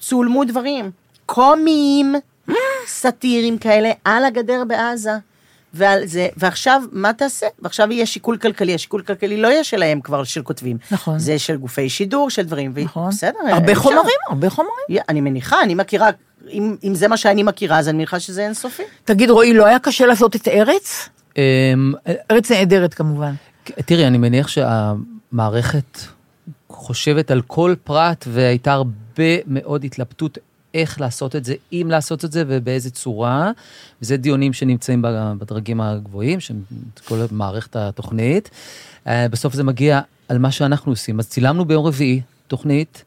צולמו דברים קומיים, סאטירים כאלה, על הגדר בעזה. ועל זה, ועכשיו, מה תעשה? ועכשיו יהיה שיקול כלכלי, השיקול כלכלי לא יהיה שלהם כבר, של כותבים. נכון. זה של גופי שידור, של דברים, ו- נכון. בסדר, הרבה אפשר. חומרים, הרבה חומרים. יה- אני מניחה, אני מכירה, אם, אם זה מה שאני מכירה, אז אני מניחה שזה אינסופי. תגיד, רועי, לא היה קשה לעשות את ארץ? אמ, ארץ נהדרת כמובן. תראי, אני מניח שהמערכת חושבת על כל פרט, והייתה הרבה מאוד התלבטות איך לעשות את זה, אם לעשות את זה ובאיזה צורה. וזה דיונים שנמצאים ב- בדרגים הגבוהים, של כל מערכת התוכנית. אה, בסוף זה מגיע על מה שאנחנו עושים. אז צילמנו ביום רביעי תוכנית,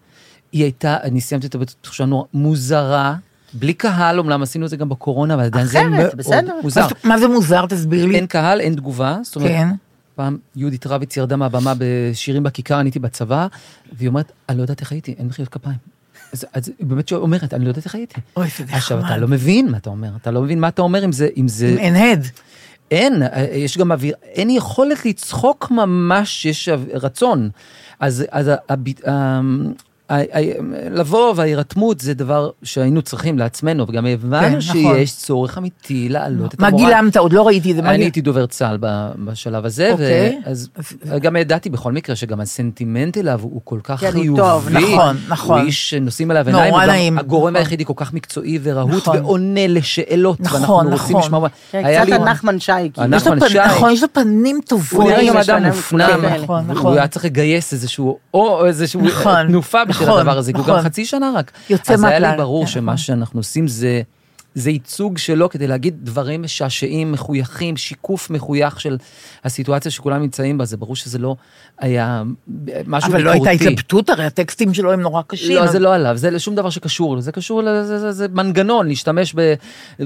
היא הייתה, אני סיימתי אותה בתחושה נורא מוזרה. בלי קהל, אומנם עשינו את זה גם בקורונה, אבל עדיין זה אחרת, מאוד בסדר. מוזר. מה זאת- מה זה מוזר? תסביר לי. אין קהל, אין תגובה. זאת אומרת, כן. פעם יהודית רביץ ירדה מהבמה בשירים בכיכר, אני הייתי בצבא, והיא אומרת, אני לא יודעת איך הייתי, אין מחיאות כפיים. אז, אז היא באמת שואלת, אומרת, אני לא יודעת איך הייתי. אוי, זה נחמד. עכשיו, אתה לא מבין מה אתה אומר, אתה לא מבין מה אתה אומר אם זה... אם זה... אין הד. אין, אה, יש גם אוויר, אין יכולת לצחוק ממש, יש אב- רצון. אז, אז ה- הב- ה- ה- ה- לבוא וההירתמות זה דבר שהיינו צריכים לעצמנו, וגם כן, הבנו נכון. שיש צורך אמיתי להעלות את מה המורל. גילמת? עוד לא ראיתי את זה. מה אני גיל- הייתי דובר צה"ל ב- בשלב הזה, אוקיי. ואז גם ידעתי בכל מקרה שגם הסנטימנט אליו הוא כל כך כן, הוא חיובי. טוב, נכון, נכון. הוא איש שנושאים עליו נורא עיניים, הוא נעים, גם הגורם נכון. היחידי כל כך מקצועי ורהוט, נכון. ועונה לשאלות, נכון, ואנחנו רוצים נכון. לשמוע... מה- היה קצת לי- הנחמן שי, כאילו. יש לו נחמן פנים- שי. נכון, יש לו פנים טובות. הוא נראה יש גם לו אדם עיניים מופנם, מופנות כאלה. נכון, הוא נכון. היה צריך לגייס איזשהו, או איזשהו נכון, תנופה בשביל נכון, הדבר הזה, הוא נכון. גם חצי שנה רק. יוצא אז היה לי מהכלל, ברור כן, שמה נכון. שאנחנו עושים זה... זה ייצוג שלו כדי להגיד דברים משעשעים, מחויכים, שיקוף מחוייך של הסיטואציה שכולם נמצאים בה. זה ברור שזה לא היה משהו אבל ביקורתי. לא הייתה התלבטות, הרי הטקסטים שלו הם נורא קשים. לא, אז- זה לא עליו, זה שום דבר שקשור לו, זה קשור, ל- זה, זה, זה מנגנון, להשתמש ב,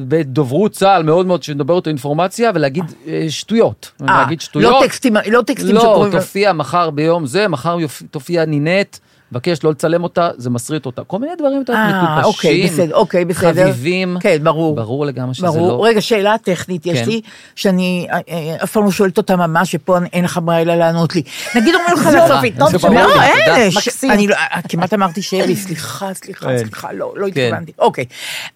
בדוברות צה"ל מאוד מאוד, שמדברת על אינפורמציה, ולהגיד אה, שטויות. אה, להגיד שטויות. לא טקסטים, לא טקסטים לא, שקוראים... תופיע מחר ביום זה, מחר יופ- תופיע נינט, מבקש לא לצלם אותה, זה מסריט אותה. כל מיני דברים יותר אה, אוקיי, מטופשים, בסדר, אוקיי, בסדר. חביבים. כן, ברור. ברור לגמרי שזה ברור. לא... רגע, שאלה טכנית יש כן. לי, שאני אה, אה, אף פעם לא שואלת אותה ממש, שפה אין לך ברירה לענות לי. נגיד אומרים לך לעשות... לי, טוב זה שבאת. ברור לא, לי, תודה. אין, ש- מקסים. אני לא- אה, כמעט אמרתי שלי, סליחה, סליחה, כן. סליחה, לא לא כן. התכוונתי. אוקיי.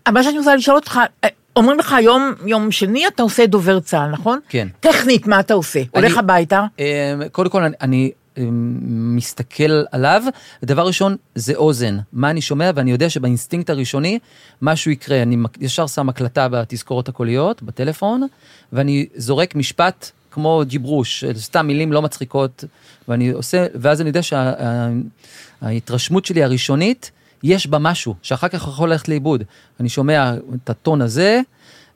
מה שאני רוצה לשאול אותך, אה, אומרים לך היום, יום שני אתה עושה דובר צה"ל, נכון? כן. טכנית, מה אתה עושה? הולך הביתה? אמ, קודם כל, אני, אני אמ, מסתכל עליו, דבר ראשון, זה אוזן. מה אני שומע, ואני יודע שבאינסטינקט הראשוני, משהו יקרה. אני מק- ישר שם הקלטה בתזכורות הקוליות, בטלפון, ואני זורק משפט כמו ג'יברוש, סתם מילים לא מצחיקות, ואני עושה, ואז אני יודע שההתרשמות שלי הראשונית, יש בה משהו, שאחר כך יכול ללכת לאיבוד. אני שומע את הטון הזה,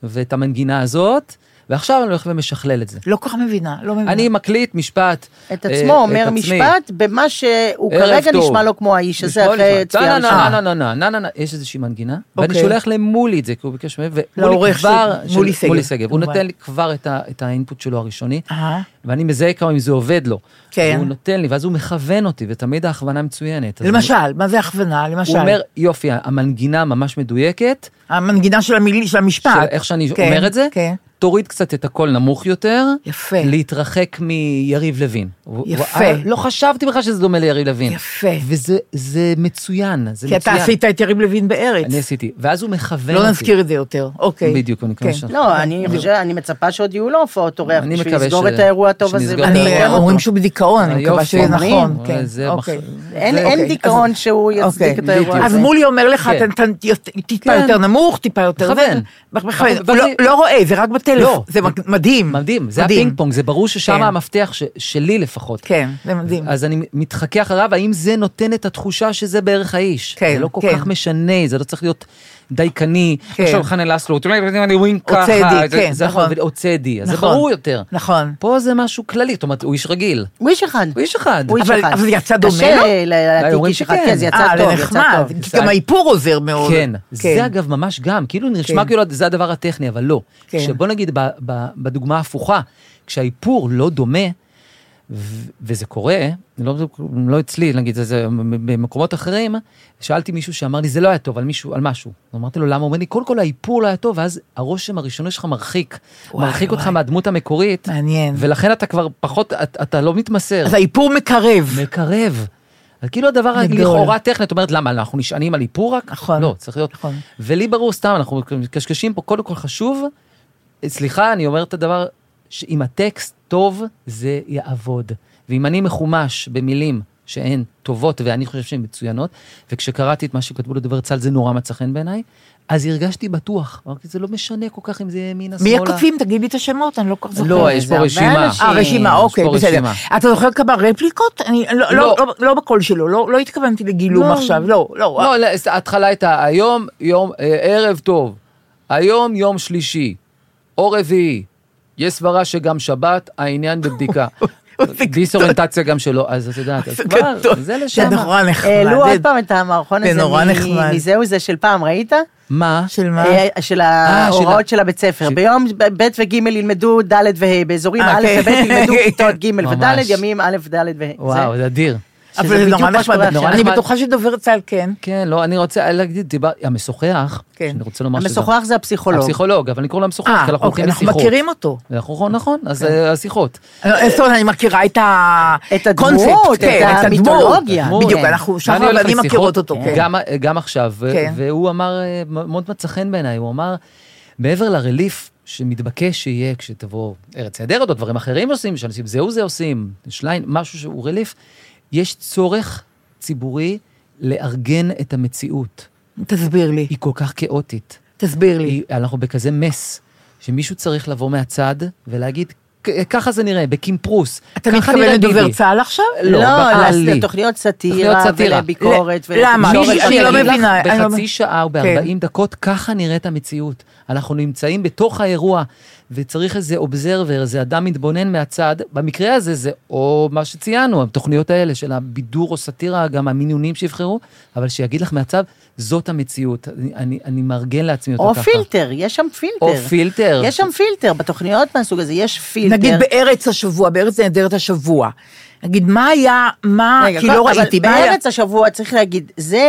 ואת המנגינה הזאת, ועכשיו אני הולך ומשכלל את זה. לא כל כך מבינה, לא מבינה. אני מקליט משפט. את אה, עצמו אומר עצמי. משפט במה שהוא ערב כרגע טוב. נכון, נשמע לו כמו האיש הזה משפט, אחרי משפט. לא, צפייה נה, נה, ראשונה. נה, נה, נה, נה, נה, לא, יש איזושהי מנגינה, ואני אוקיי. שולח למולי את זה, כי הוא ביקש ממני, ומולי לעורך כבר, של- של- מולי שגב, מולי שגב, הוא כמובן. נותן לי כבר את ה- את האינפוט שלו הראשוני, אה, ואני מזהה כמה אם זה עובד לו. כן. הוא נותן לי, ואז הוא מכוון אותי, ותמיד ההכוונה מצוינת. אז למשל, מה זה הכוונה? הוא- למשל. הוא אומר, יופי, המנגינה ממש מדויקת, המנגינה של המילי, של המשפט. של איך שאני כן, אומר את זה, כן. תוריד קצת את הקול נמוך יותר. יפה. להתרחק מיריב לוין. הוא- הוא- יפה. אבל לא חשבתי בכלל שזה דומה ליריב לוין. יפה. וזה זה מצוין, זה כי מצוין. אתה עשית את יריב לוין בארץ. אני עשיתי. ואז הוא מכוון אותי. לא נזכיר את זה יותר. אוקיי. בדיוק, אני מקווה כן. ש- לא, אני חושבת, אני מצפה שעוד יהיו לו הופעות אורח, אני בשביל מקווה לסגור ש- את האירוע הטוב הזה. שנסגור את ולקיים האירוע. אני, אותו. אומרים שהוא בדיכאון, אני לא היופי, מקווה שזה אומרים. נכון. אה, כן, זה אוקיי. מח- אין, זה- אין אוקיי, דיכאון שהוא יצדיק אוקיי, את האירוע בדיוק. הזה. אז מולי אומר לך, כן. "אתה- אתה- ת- טיפה כן. יותר נמוך, טיפה יותר... מכוון. זה, מכוון. אבל- הוא אבל לא- זה- לא רואה, זה רק בטלפון. לא. זה מג- מדהים. מדהים, זה מדהים. הפינג פונג, זה ברור ששם כן. המפתח ש- שלי לפחות. כן, זה מדהים. אז אני מתחכה אחריו, האם זה נותן את התחושה שזה בערך האיש. כן, זה לא כל כן. כך משנה, זה לא צריך להיות דייקני. כן. עכשיו חנה לסלו, אתם יודעים, אני ווינג או ככה. צדי, זה- כן, זה נכון. יכול- או צדי, אז זה נכון. ברור יותר. נכון. פה זה משהו כללי, זאת אומרת, הוא איש רגיל. הוא איש אחד. הוא איש אחד. הוא איש אבל- אחד. אבל זה יצא דומה לו? קשה להעתיק אומרים איש אחד, שכן. כן, זה יצא אה, טוב, זה יצא נחמד. טוב. כי גם האיפור עוזר מאוד. כן, זה אגב ממש גם, כאילו נשמע כן. כאילו זה הדבר הטכני, אבל לא. כן. שבוא נגיד ב- ב- בדוגמה ההפוכה, כשהאיפור לא דומה, ו- וזה קורה, לא, לא אצלי, נגיד, זה, זה במקומות אחרים, שאלתי מישהו שאמר לי, זה לא היה טוב, על מישהו, על משהו. אמרתי לו, למה? הוא אומר לי, קודם כל האיפור לא היה טוב, ואז הרושם הראשוני שלך מרחיק, וואי, מרחיק אותך וואי. מהדמות המקורית, מעניין. ולכן אתה כבר פחות, אתה, אתה לא מתמסר. אז האיפור מקרב. מקרב. אז כאילו הדבר גדול. לכאורה טכני, את אומרת, למה, אנחנו נשענים על איפור רק? נכון. לא, צריך להיות... נכון. ולי ברור, סתם, אנחנו מקשקשים פה, קודם כל חשוב, סליחה, אני אומר את הדבר, שאם הטקסט טוב, זה יעבוד. ואם אני מחומש במילים שהן טובות, ואני חושב שהן מצוינות, וכשקראתי את מה שכתבו לדובר צה"ל, זה נורא מצא חן בעיניי, אז הרגשתי בטוח. אמרתי, זה לא משנה כל כך אם זה ימינה, מי שמאלה. הכותבים? תגיד לי את השמות, אני לא כל כך זוכרת. לא, יש פה זה הרבה רשימה. אנשים. אה, רשימה, יש אוקיי, פה בסדר. רשימה. אתה זוכר כמה רפליקות? אני לא- לא- לא. לא- לא בקול שלו, לא לא התכוונתי לגילום לא. עכשיו, לא, לא. לא, לא, אז ההתחלה הייתה היום, יום, אה, ערב טוב, היום יום שלישי, או רביעי, יש סברה שגם שבת, (laughs) העניין בבדיקה. זה דיסאוריינטציה גם שלו, אז את יודעת, אז זה כבר, גדול. זה זה לשם. נורא נחמד. העלו אה, עוד זה- פעם את המערכון זה הזה נורא מ- נחמד. מזהו זה של פעם, ראית? מה? של מה? אה, של ההוראות של הבית ספר. ש- ביום ב- ב' וג' ילמדו ד' וה', באזורים אה, א' כן. וב' ילמדו כיתות ג' וד', ממש. ימים א', ד' וה'. וואו, זה- זה אדיר. שזה אבל זה בדיוק נורא מה נחמד. שקורה עכשיו. אני נחמד. בטוחה שדובר צה"ל כן. כן, לא, אני רוצה להגיד, דיבר, המשוחח, כן. לא. שאני רוצה לומר שזה... המשוחח זה הפסיכולוג. הפסיכולוג, אבל אני קורא לו המשוחח, אה, כי אנחנו אוקיי, הולכים אנחנו לשיחות. מכירים כן. אותו. אנחנו- נכון, אז אה, השיחות. אה, זאת אומרת, אני מכירה את את הקונספט. הדמות, את כן, את הדמות. המיתולוגיה. דמות. בדיוק, כן. אנחנו שם, ואני אבל הולך אני לשיחות, מכירות אותו, כן. גם, גם עכשיו, ו- כן. והוא אמר, אה, מ- מאוד מצא חן בעיניי, הוא אמר, מעבר לרליף שמתבקש שיהיה כשתבוא ארץ נהדרת, או דברים אחרים עושים, שאנשים זהו זה עושים, שליין, משהו שהוא רליף, יש צורך ציבורי לארגן את המציאות. תסביר לי, היא כל כך כאוטית. תסביר לי. היא- אנחנו בכזה מס, שמישהו צריך לבוא מהצד ולהגיד, "כ- ככה זה נראה, בקימפרוס. אתה ככה מתכוון נראה לדובר ביבי." צה"ל עכשיו? לא, לא, בעלי. לתוכניות סאטירה תוכניות סאטירה. ולביקורת. ל- ול- למה? תקשורת מישהי אני לא סאטירית. אגיד לך, מבינה, אני לא מב- בחצי שעה או כן. ב-40 דקות, ככה נראית המציאות. אנחנו נמצאים בתוך האירוע, וצריך איזה אובזרבר, איזה אדם מתבונן מהצד. במקרה הזה זה או מה שציינו, התוכניות האלה של הבידור או סאטירה, גם המינונים שיבחרו, אבל שיגיד לך מהצד, זאת המציאות. אני, אני, אני מארגן לעצמי אותה או ככה. פילטר, יש שם פילטר. או פילטר. יש שם פילטר, בתוכניות מהסוג הזה יש פילטר. נגיד בארץ השבוע, בארץ נהדרת השבוע. נגיד, מה היה, מה, רגע, כי כבר- לא אבל ראיתי, מה היה, בארץ השבוע, צריך להגיד, זה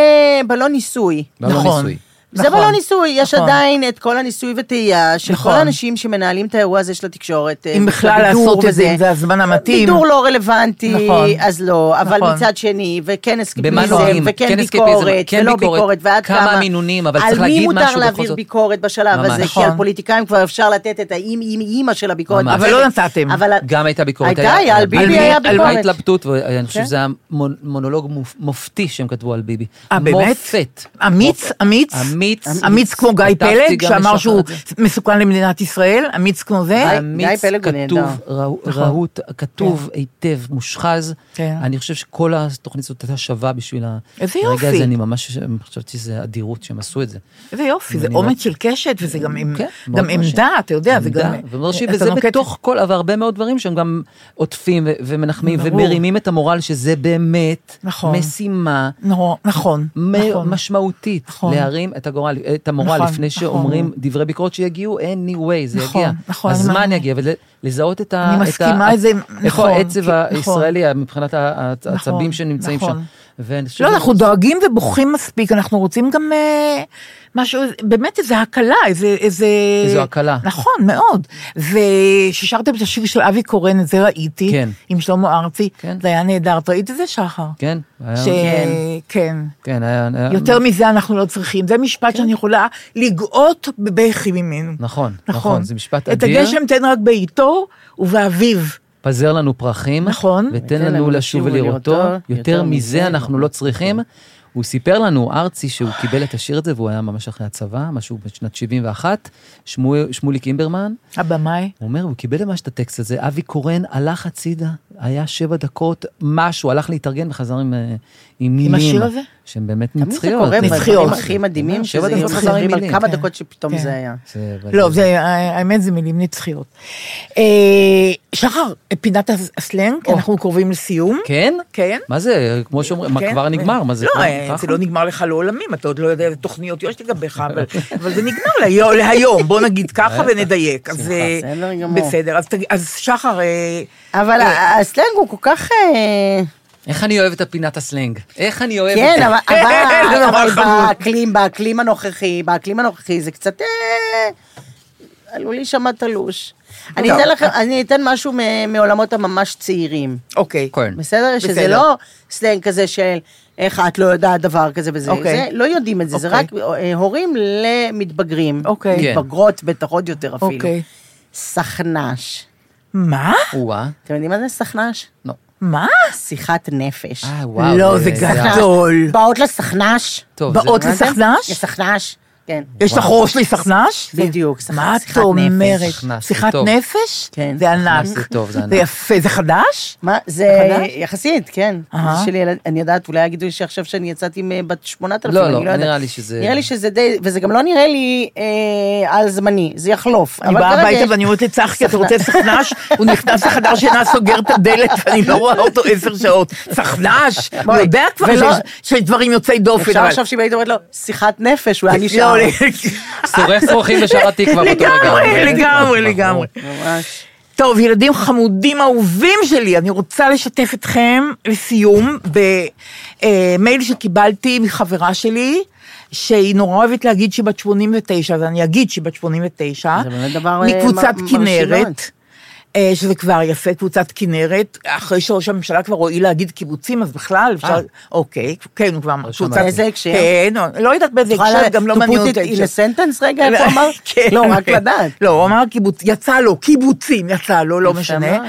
בלון ניסוי. בלון נכון. לא, ניסוי. זה נכון. בלון ניסוי, יש נכון. עדיין את כל הניסוי וטעייה של כל נכון. האנשים שמנהלים את האירוע הזה של התקשורת. אם אה, בכלל הבידור לעשות את וזה. זה, אם זה הזמן המתאים. בידור לא רלוונטי, נכון. אז לא, אבל נכון. מצד שני, וכן במה אסקפיזם, נוגעים? וכן כן אסקפיזם, ביקורת, כן ולא ביקורת. ביקורת, ועד כמה כמה... המינונים, אבל צריך להגיד על מי משהו מותר בכל להעביר זאת. ביקורת בשלב ממש. הזה, כי נכון. על פוליטיקאים כבר אפשר לתת את האימא של הביקורת. ממש. אבל לא נתתם. אבל- גם הייתה ביקורת. הייתה, היה, על ביבי היה על מה ביקורת. התלבטות, ואני חושב כן. שזה היה מונ- מונולוג מופ- מופתי שהם כתבו על ביבי. אה, באמת? מופת. אמיץ, מופת. אמיץ, אמיץ. אמיץ כמו גיא כתבתי פלג, גם שאמר לשחר שהוא את זה. מסוכן למדינת ישראל, אמיץ כמו זה. גיא אמיץ, פלג הוא כתוב, נהדר. רהו- רהוט, כתוב היטב, מושחז. נכון. כן. אני חושב שכל התוכנית הזאת הייתה שווה בשביל ה- איזה הרגע יופי. הזה, אני ממש חשבתי שזה אדירות שהם עשו את זה. איזה יופי, זה אני מאוד- אומץ של קשת, וזה גם עם- כן, מאוד גם מרשים. עמדה, אתה יודע, כן, זה גם... עמדה, ומרשים, אתה וזה נוקט- בתוך כל, והרבה מאוד דברים שהם גם עוטפים ו- ומנחמים ברור. ומרימים את המורל, שזה באמת נכון. משימה. נו, נכון, מ- נכון. משמעותית, נכון. להרים את, הגורל, את המורל נכון, לפני נכון. שאומרים דברי ביקורת שיגיעו, anyway, זה נכון, יגיע. נכון, אני הזמן מאמינה. יגיע, ולזהות את ה... אני את ה- מסכימה, זה- נכון, איפה העצב כי- נכון. הישראלי מבחינת ה- ה- נכון, העצבים שנמצאים שם. נכון. ואני חושב לא, שזה- אנחנו דואגים ובוכים מספיק, אנחנו רוצים גם אה, משהו, באמת איזה הקלה, איזה... איזה... איזו הקלה. נכון, מאוד. וכששרתם את השיר של אבי קורן, את זה ראיתי, כן. עם שלמה ארצי, כן. זה היה נהדר. את ראית את זה, שחר? כן, היה... ש... כן. כן. כן, היה... היה- יותר מזה אנחנו לא צריכים, זה משפט שאני יכולה לגאות בבכי ממנו. כן. נכון, נכון, זה משפט את אדיר. הגשם תן רק בעיתו ובאביב. פזר לנו פרחים, נכון. ותן לנו לשוב ולראותו, יותר מזה אנחנו לא צריכים. הוא סיפר לנו, ארצי, שהוא קיבל את השיר הזה, והוא היה ממש אחרי הצבא, משהו בשנת 71, שמואל- שמוליק אימברמן, הבמאי. הוא אומר, הוא קיבל ממש את הטקסט הזה, אבי קורן הלך הצידה, היה שבע דקות, משהו, הלך להתארגן וחזר עם, אה, עם מילים. השיר הזה? שהן באמת תמיד זה נצחיות. כן, קורה בדברים נצחיות. הכי מדהימים, שבע שזה דקות חזר עם מדברים על מילים, כמה כן. דקות שפתאום כן. זה היה. זה- לא, זה, האמת זה מילים נצחיות. אה, שחר, פינת הס- הסלנג, כי או. אנחנו קרובים לסיום. כן? כן. מה זה, כמו שאומרים, מה כן? כבר נגמר? מה זה? לא, כבר אה, ככה? זה לא נגמר לך לעולמים, אתה עוד לא יודע איזה תוכניות יש לגביך, אבל- אבל זה נגמר להיו- להיום, בוא נגיד ככה ונדייק. אז, אה, בסדר גמור. בסדר, אז תג- אז שחר, אה, אבל ה- הסלנג הוא כל כך... אה, איך אני אוהב את הפינת הסלנג? איך אני אוהב את כן, זה? אבל- כן, (laughs) זה אבל נורא אבל חמוד. באקלים, באקלים הנוכחי, באקלים הנוכחי זה קצת... אה, עלול להישמע תלוש. אני טוב. אתן לכם, אני אתן משהו מ- מעולמות הממש צעירים. אוקיי. כן. בסדר? שזה בסדר. לא סלנג כזה של איך את לא יודעת דבר כזה וזה. אוקיי. זה- לא יודעים את זה, זה אוקיי. רק אה, הורים למתבגרים. אוקיי. כן. מתבגרות בטח עוד יותר אפילו. אוקיי. סכנ"ש. מה? וואה. אתם יודעים מה זה סכנ"ש? לא. מה? שיחת נפש. אה, וואו. לא, זה היה- גדול. באות לסכנ"ש. טוב, זה- באות לסכנ"ש? לסכנ"ש, כן. יש לך ראש לסכנ"ש? בדיוק, שיחת- מה את שיחת אומרת? נפש. נכנס, זה שיחת טוב. נפש? כן. זה ענק. נכנס, זה טוב, זה ענק. זה יפה, זה חדש? מה, זה חדש? יחסית, כן. אהה. זה שלי, ילד- אני יודעת, אולי יגידו לי שעכשיו שאני יצאתי עם אה, בת 8,000, לא, אני לא, יודעת. נראה לי שזה- נראה לי שזה די, וזה גם לא נראה לי אה, על זמני, זה יחלוף. אני אבל באה כרגע הביתה יש- ואני אומרת לצחקי, אתה רוצה (laughs) סכנ"ש? הוא נכנס לחדר שינה, סוגר את הדלת, ואני לא רואה אותו עשר שעות. סכנ"ש? הוא בואי, יודע כבר ולא- שיש- שיש דברים יוצאי דופן. אפשר אבל- עכשיו שאם היית אומרת לו, שיחת נפש, הוא היה נשאר. לא, (laughs) שורך שרוכים בשער התקווה באותו רגע. כן, נכון. לגמרי, לגמרי, ברור. לגמרי. ממש. טוב, ילדים חמודים אהובים שלי, אני רוצה לשתף אתכם לסיום במייל שקיבלתי מחברה שלי, שהיא נורא אוהבת להגיד שהיא בת 89, אז אני אגיד שהיא בת 89. זה באמת דבר, אה, מקבוצת מ- מרשים מאוד. כנרת. אה, שזה כבר יפה, קבוצת כנרת, אחרי שראש הממשלה כבר הועיל להגיד קיבוצים, אז בכלל אפשר, אה. אוקיי, כן, הוא כבר לא אמר, שמעתי. באיזה הקשר? כן, לא- לא יודעת באיזה יכולה הקשר, גם לא to put מעניין it אותי in a sentence רגע, איפה הוא אמר? (laughs) כן. לא, רק לדעת. לא, הוא אמר קיבוץ, יצא לו, קיבוצים, יצא לו, לא יפה משנה. מאוד.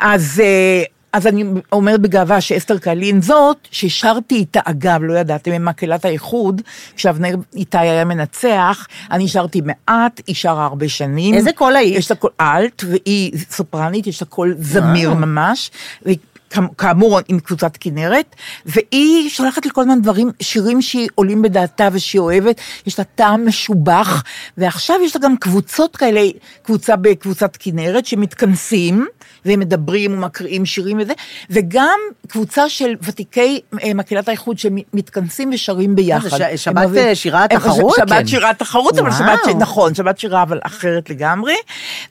אז... אה, אז אני אומרת בגאווה שאסתר קלין זאת, ששרתי איתה, אגב, לא ידעתם, עם מקהלת האיחוד, כשאבנר איתי היה מנצח, אני שרתי מעט, היא שרה הרבה שנים. איזה קול היית? יש לה קול אלט, והיא סופרנית, יש לה קול זמיר ממש. והיא כאמ- כאמור, עם קבוצת כנרת, והיא שולחת לי כל הזמן דברים, שירים שעולים בדעתה ושהיא אוהבת, יש לה טעם משובח, ועכשיו יש לה גם קבוצות כאלה, קבוצה בקבוצת כנרת, שמתכנסים, והם מדברים ומקריאים שירים וזה, וגם קבוצה של ותיקי אה, מקהלת האיחוד שמתכנסים ושרים ביחד. אה, ש- הם שבת, אוהבים- אה, שירה הם- התחרות? שבת כן. שירה התחרות, אבל וואו. שבת, ש- נכון, שבת שירה, אבל אחרת לגמרי.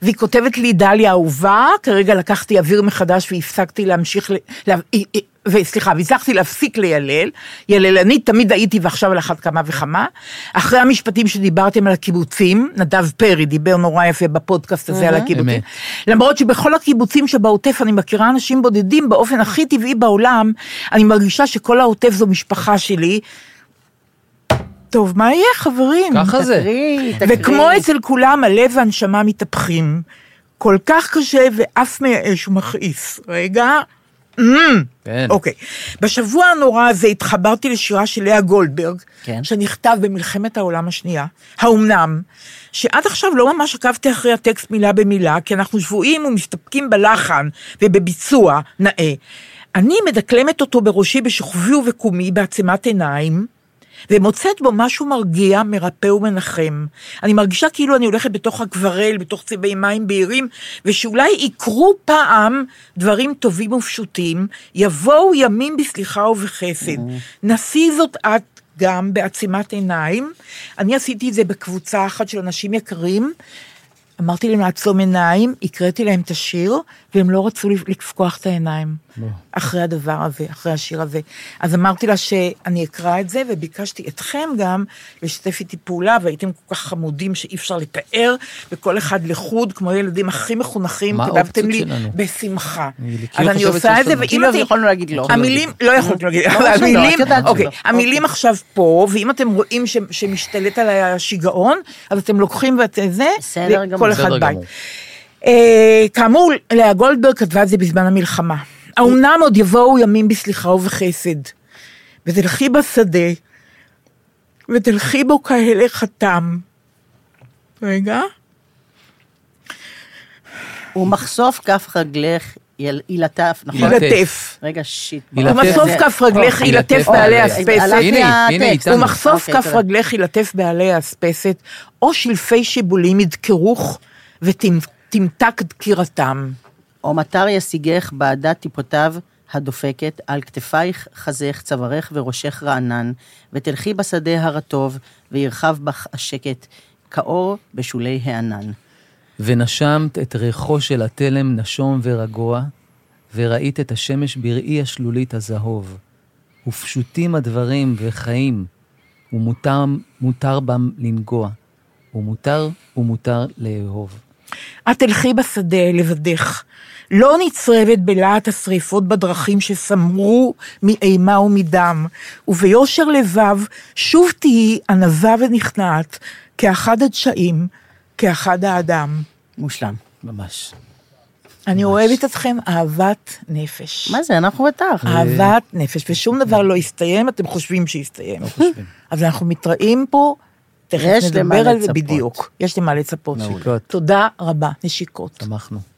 והיא כותבת לי, דליה אהובה, כרגע לקחתי אוויר מחדש והפסקתי להמשיך להמשיך, ל- לה- אה, אה, וסליחה, והצלחתי להפסיק לילל, יללנית תמיד הייתי ועכשיו על אחת כמה וכמה. אחרי המשפטים שדיברתם על הקיבוצים, נדב פרי דיבר נורא יפה בפודקאסט הזה על הקיבוצים. אמת. למרות שבכל הקיבוצים שבעוטף אני מכירה אנשים בודדים באופן הכי טבעי בעולם, אני מרגישה שכל העוטף זו משפחה שלי. טוב, מה יהיה, חברים? ככה לא, זה. תקריא, תקריא. וכמו אצל כולם, הלב והנשמה מתהפכים. כל כך קשה ואף מייאש ומכעיס. רגע. אמ, כן. אוקיי. בשבוע הנורא הזה התחברתי לשירה של לאה גולדברג, כן. שנכתב במלחמת העולם השנייה, האומנם, שעד עכשיו לא ממש עקבתי אחרי הטקסט מילה במילה, כי אנחנו שבויים ומסתפקים בלחן ובביצוע נאה. אני מדקלמת אותו בראשי בשוכבי ובקומי בעצימת עיניים, ומוצאת בו משהו מרגיע, מרפא ומנחם. אני מרגישה כאילו אני הולכת בתוך הקברל, בתוך צבעי מים בהירים, ושאולי יקרו פעם דברים טובים ופשוטים, יבואו ימים בסליחה ובחסד. נשיא זאת את גם בעצימת עיניים. אני עשיתי את זה בקבוצה אחת של אנשים יקרים. אמרתי להם לעצום עיניים, הקראתי להם את השיר, והם לא רצו לפקוח את העיניים. לא. אחרי הדבר הזה, אחרי השיר הזה. אז אמרתי לה שאני אקרא את זה, וביקשתי אתכם גם לשתף איתי פעולה, והייתם כל כך חמודים שאי אפשר לתאר, וכל אחד לחוד, כמו הילדים הכי מחונכים, מה כתבתם האופציות לי שלנו? בשמחה. אני אז כאילו אני חושבת עושה שיש את זה, לנו. ואם כאילו, אתם... יכולנו להגיד לא. המילים, לא יכולתי להגיד, לא, אבל לא, שלא, המילים, את יודעת שלא. אוקיי, אוקיי. המילים עכשיו פה, ואם אתם רואים ש- שמשתלט עליי השיגעון, אז אתם לוקחים ואת זה, בסדר גמור. וכל אחד בסדר ביי. גמור. אה, כאמור, לאה גולדברג כתבה את זה בזמן המלחמה. האומנם עוד יבואו ימים בסליחה ובחסד, ותלכי בשדה, ותלכי בו כהלך חתם. רגע. ומחשוף כף רגלך יל- ילטף, נכון? ילטף. ילטף. רגע, שיט. ילטף. ומסוף זה- כף רגלך אה, ילטף ילטף בעלי בעלי אספסת. הלכתי הנה, הנה, הטקסט. איתנו. ומחשוף אוקיי, כף תודה. רגלך ילטף בעלי האספסת, או שלפי שיבולים ידקרוך ותמתק דקירתם. או מטר ישיגך בעדת טיפותיו הדופקת, על כתפייך חזך, צווארך וראשך רענן, ותלכי בשדה הר הטוב, וירחב בך השקט, כאור בשולי הענן. ונשמת את ריחו של התלם נשום ורגוע, וראית את השמש בראי השלולית הזהוב. ופשוטים הדברים וחיים, ומותר מותר בם לנגוע, ומותר ומותר לאהוב. את תלכי בשדה לבדך. לא נצרבת בלהט השריפות בדרכים שסמרו מאימה ומדם, וביושר לבב שוב תהי ענווה ונכנעת, כאחד הדשאים, כאחד האדם. מושלם. ממש. אני אוהבת אתכם אהבת נפש. מה זה, אנחנו בטח. אהבת נפש, ושום דבר לא יסתיים, אתם חושבים שיסתיים. אז אנחנו מתראים פה, תכף לא יש למה נדבר על זה לצפות. בדיוק. יש למה לצפות. נשיקות. תודה רבה, נשיקות. תמכנו.